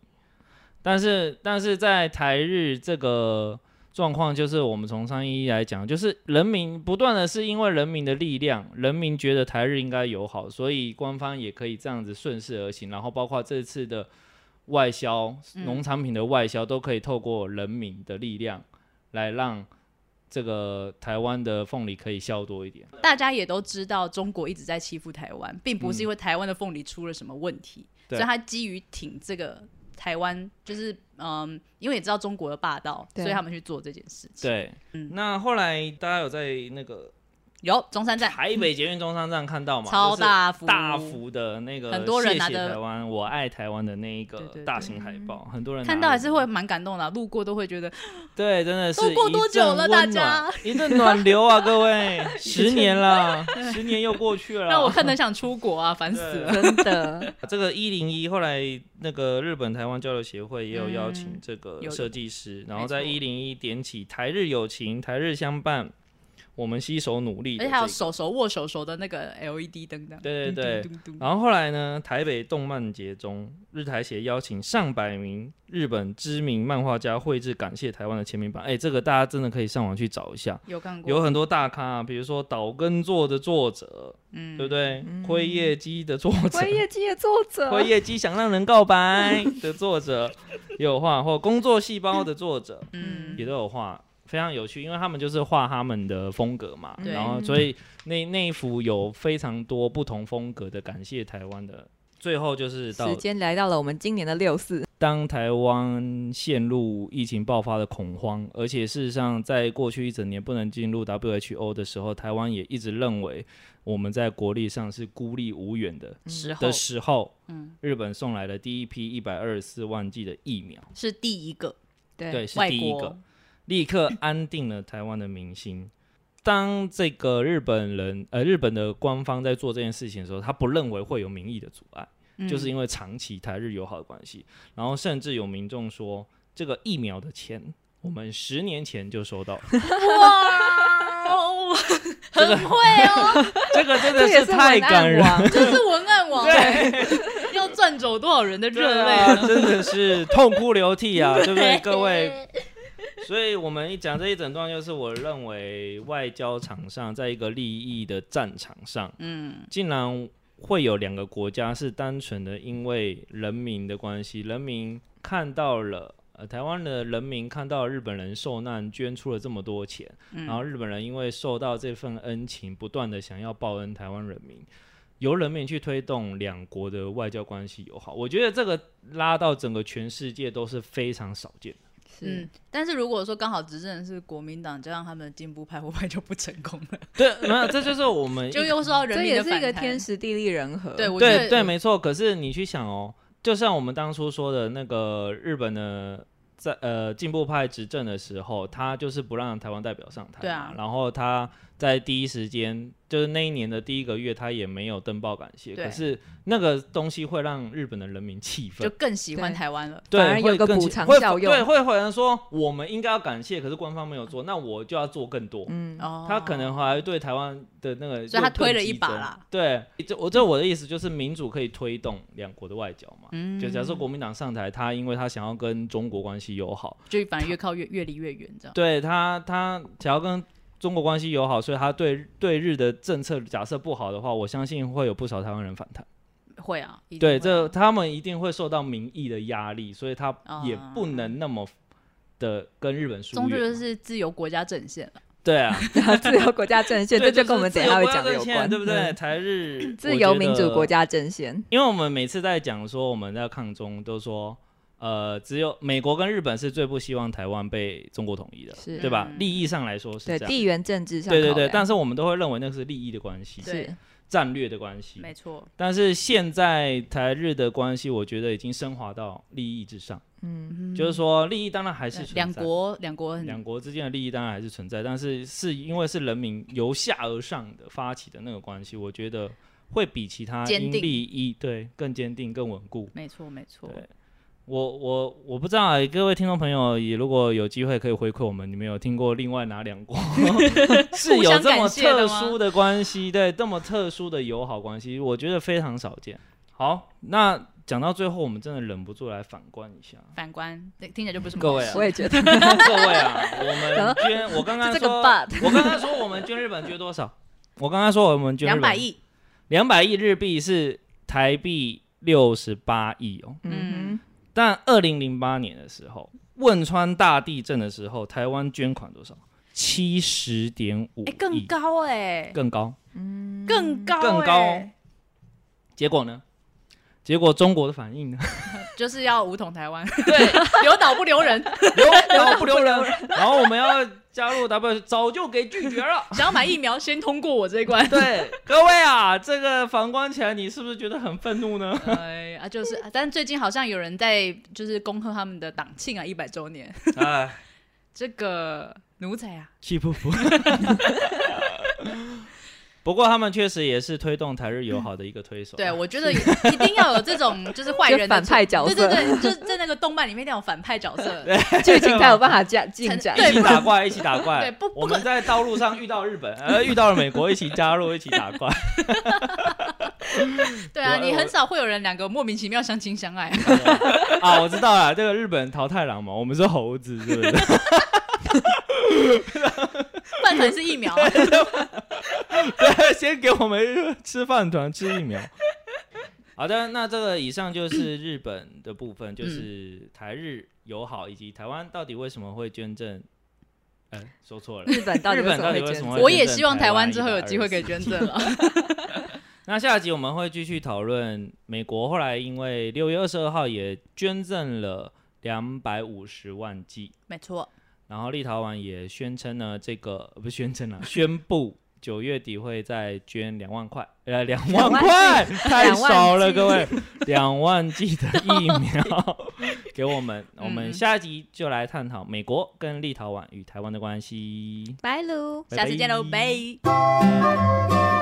S1: 但是，但是在台日这个状况，就是我们从上一一来讲，就是人民不断的是因为人民的力量，人民觉得台日应该友好，所以官方也可以这样子顺势而行。然后，包括这次的外销，
S3: 嗯
S1: 农产品的外销都可以透过人民的力量来让这个台湾的凤梨可以销多一点。
S3: 大家也都知道，中国一直在欺负台湾，并不
S1: 嗯
S3: 是因为台湾的凤梨出了什么问题，
S1: 对
S3: 所以他基于挺这个台湾，就是嗯，因为也知道中国的霸道，
S2: 对
S3: 所以他们去做这件事情。，
S1: 对，
S3: 嗯
S1: 那后来大家有在那个
S3: 有中山站，
S1: 台北捷运中山站看到嘛？
S3: 超
S1: 就是
S3: 大幅
S1: 大幅的那个
S3: 很多人拿
S1: 谢谢
S3: 着
S1: 台湾，我爱台湾的那一
S3: 对
S1: 个
S3: 对对
S1: 大型海报，很多人拿
S3: 看到还
S1: 着
S3: 是会蛮感动的啊、路过都会觉得
S1: 啊对，真的是
S3: 都过
S1: 一
S3: 多久
S1: 阵
S3: 了
S1: 温
S3: 大
S1: 暖
S3: 家
S1: 一阵暖流啊，各
S3: [LAUGHS]
S1: 位，十年了，十年又过去了，
S3: 让我看得想出国啊，烦死了。
S1: 啊对
S2: 真
S1: [LAUGHS]
S2: 的，
S1: 这个一零一后来那个日本台湾交流协会也有邀请
S3: 嗯
S1: 这个
S3: 有的
S1: 设计师，然
S3: 没
S1: 后在
S3: 错
S1: 一零一点起台日友情，台日相伴，我们携手努力
S3: 而
S1: 的
S3: 且
S1: 这
S3: 还
S1: 个，
S3: 有手手握手手的那个 LED 灯的，
S1: 对对对啊
S3: 咚咚咚咚
S1: 然后后来呢，台北动漫节中，日台协邀请上百名日本知名漫画家绘制感谢台湾的签名版。哎，这个大家真的可以上网去找一下，
S3: 有看过，
S1: 有很多大咖、啊，比如说岛根作的作者，
S3: 嗯，
S1: 对不对？辉夜姬的作者，
S2: 辉夜姬的作者，
S1: 辉夜姬想让人告
S3: [LAUGHS]
S1: 白的作者也有画，或工作细胞的作者
S3: 嗯，
S1: 也都有画。非常有趣，因为他们就是画他们的风格嘛，
S2: 嗯
S3: 对
S1: 然后所以那那一幅有非常多不同风格的感谢台湾的。最后就是到
S2: 时间来到了我们今年的六四，
S1: 当台湾陷入疫情爆发的恐慌，而且事实上，在过去一整年不能进入 WHO 的时候，台湾也一直认为我们在国力上是孤立无援的
S2: 嗯
S3: 时候
S1: 的时候，
S3: 嗯，
S1: 日本送来了第一批一百二十四万剂的疫苗，
S3: 是第一个
S2: 对
S1: 对，是
S3: 外
S1: 第一
S3: 国
S1: 个，立刻安定了台湾的民心。当这个日本人呃日本的官方在做这件事情的时候，他不认为会有民意的阻碍。就是因为长期台日友好的关系，然后甚至有民众说，这个疫苗的钱，我们十年前就收 [LAUGHS] 到了，
S3: 嗯哇哦，
S1: 这个
S3: 很会哦，
S1: 这个真的
S2: 这也是
S1: 太感人
S2: 文，案王
S3: 这是文案王，对， [LAUGHS] 要赚走多少人的
S1: 对
S3: 热泪
S1: 啊
S3: 啊，
S1: 真的是痛哭流涕 [LAUGHS] 啊，对不对，各位？
S3: 对
S1: 所以我们一讲这一整段，就是我认为外交场上，在一个利益的战场上，
S3: 嗯，
S1: 竟然会有两个国家是单纯的因为人民的关系，人民看到了。呃，台湾的人民看到日本人受难，捐出了这么多钱，
S3: 嗯
S1: 然后日本人因为受到这份恩情，不断的想要报恩台湾人民，由人民去推动两国的外交关系友好。我觉得这个拉到整个全世界都是非常少见的。
S2: 嗯
S3: 嗯，但是如果说刚好执政的是国民党，加上他们的进步派，会不会就不成功了？
S1: 对，没有，这 [LAUGHS] 就是我们一
S3: [LAUGHS] 就又受到人
S2: 这
S3: 民的
S2: 也
S3: 反
S2: 是
S3: 弹
S2: 一个天时地利人和，
S3: 对，我觉
S1: 对
S3: 得
S1: 对，没错。可是你去想哦，就像我们当初说的那个日本的在呃进步派执政的时候，他就是不让台湾代表上台嘛，
S3: 对啊
S1: 然后他在第一时间，就是那一年的第一个月，他也没有登报感谢。
S3: 对
S1: 可是那个东西会让日本的人民气
S3: 就
S1: 愤。
S3: 更喜欢
S2: 对
S3: 台湾了。
S1: 对，
S2: 反而有
S1: 会
S2: 个
S1: 更
S2: 补
S1: 气
S2: 偿
S1: 会
S2: 效用
S1: 对，会有人说我们应该要感谢，可是官方没有做，那我就要做更多。
S2: 嗯，
S3: 哦，
S1: 他可能还对台湾的那个，
S3: 所以他推了一把啦。
S1: 对，这我这我的意思就是，民主可以推动两国的外交嘛。
S3: 嗯
S1: 就假设国民党上台，他因为他想要跟中国关系友好，
S3: 嗯就反正越靠越越离越远，这样。
S1: 对他他想要跟中国关系友好，所以他对对日的政策假设不好的话，我相信会有不少台湾人反弹。
S3: 会啊，一定
S1: 对，
S3: 会啊
S1: 这他们一定会受到民意的压力，所以他也
S3: 啊
S1: 不能那么的跟日本疏
S3: 终究
S1: 远。
S3: 就是自由国家阵线了。
S1: 对啊，
S2: 自由国家阵线，这
S1: 对
S2: 就跟
S1: 是
S2: 我们等
S1: 自
S2: 一下
S1: 由
S2: 会
S1: 国家
S2: 讲的有
S1: 阵线
S2: 关，
S1: 对不对？
S2: 嗯？
S1: 台日
S2: 自由民主
S1: 家。我
S2: 国
S1: 觉得
S2: 家阵线，
S1: 因为我们每次在讲说我们在抗中，都说呃，只有美国跟日本是最不希望台湾被中国统一的，
S2: 是
S1: 对吧？
S3: 嗯
S1: 利益上来说是
S2: 对
S1: 这样，
S2: 地缘政治上考
S1: 对
S2: 量，
S1: 对对，但是我们都会认为那个是利益的关系，
S3: 对
S2: 是
S1: 战略的关系。
S3: 没错，
S1: 但是现在台日的关系，我觉得已经升华到利益至上，
S2: 嗯，
S1: 就是说利益当然还是
S3: 对
S1: 存在
S3: 两。国两国很
S1: 两国之间的利益当然还是存在，但是是因为是人民由下而上的发起的那个关系，我觉得会比其他
S3: 坚
S1: 因
S3: 定
S1: 利益对更坚定、更稳固。
S3: 没错没错，
S1: 对我我我不知道啊，各位听众朋友，也如果有机会可以回馈我们，你们有听过另外哪两国 [LAUGHS] 是有这么特殊的关系？对，这么特殊的友好关系，我觉得非常少见。好，那讲到最后，我们真的忍不住来反观一下
S3: 反观对听起来就不是
S1: 各位啊
S2: 我也觉得
S1: 各位啊，我们捐，我刚刚
S2: 这个
S1: 说，
S2: but
S1: [LAUGHS] 我刚刚说我们捐日本捐多少？我刚刚说我们捐
S3: 两百，亿，
S1: 两百亿日币是台币六十八亿哦。
S2: 嗯
S1: 但二零零八年的时候，汶川大地震的时候，台湾捐款多少？七十点五亿，
S3: 哎，更高哎，
S1: 更高。
S2: 嗯
S3: 更高
S1: 更高
S3: 哎
S1: 结果呢？结果中国的反
S3: [LAUGHS]
S1: 应呢？
S3: 就是要武统台湾，对，留岛不留人，
S1: [LAUGHS] 留留不留人？然后我们要加入 W，早就给拒绝
S3: [LAUGHS]
S1: 了。
S3: 想要买疫苗先通过我这一关。
S1: 对，各位啊，这个反观起来，你是不是觉得很愤怒呢？
S3: [LAUGHS] 哎啊，就是，啊但最近好像有人在就是恭贺他们的党庆啊，一百周年。
S1: 哎，
S3: 这个奴才啊，
S1: 气不服。 [LAUGHS] 不过他们确实也是推动台日友好的一个推手。啊
S3: 对我觉得一定要有这种就是坏
S2: 就
S3: 人的
S2: 反派角色
S3: 对对对，就是在那个动漫里面那种反派角色，
S2: 剧情才有办法加进展，
S1: 一起打怪，一起打怪。
S3: 对不不可
S1: 我们在道路上遇到日本，呃，遇到了美国，一起加入，一起打怪。 [LAUGHS]
S3: 对啊，
S1: 我
S3: 你很少会有人两个莫名其妙相亲相爱， [LAUGHS]
S1: 啊，我知道了，这个日本桃太郎嘛，我们是 [LAUGHS] 猴子，对不对？
S3: 饭团是疫苗，啊
S1: 对，先给我们吃饭团，吃疫苗。好的，那这个以上就是日本的部分，就是台日友好以及台湾到底为什么会捐赠呃，说错了。
S2: 日本到底
S1: 日本到底
S2: 为
S1: 为
S2: 什
S1: 什
S2: 么
S1: 么
S2: 会
S1: 会
S3: 我
S2: 捐赠？
S3: 也希望台湾之后有
S1: 120
S3: 机会可以捐赠了。
S1: 那下集我们会继续讨论美国后来因为六月二十二号也捐赠了两百五十万剂，
S3: [LAUGHS] 没错，
S1: 然后立陶宛也宣称呢，这个 [LAUGHS] 呃不是宣称了，宣布九月底会再捐两万块， [LAUGHS] 呃，两万块太少了，各位， [LAUGHS] 两万剂嗯的疫苗 [LAUGHS] 给我们，我们下集就来探讨美国跟立陶宛与台湾的关系。
S2: 白鹭。
S1: 拜
S3: 下次见喽，
S1: 拜
S3: 拜。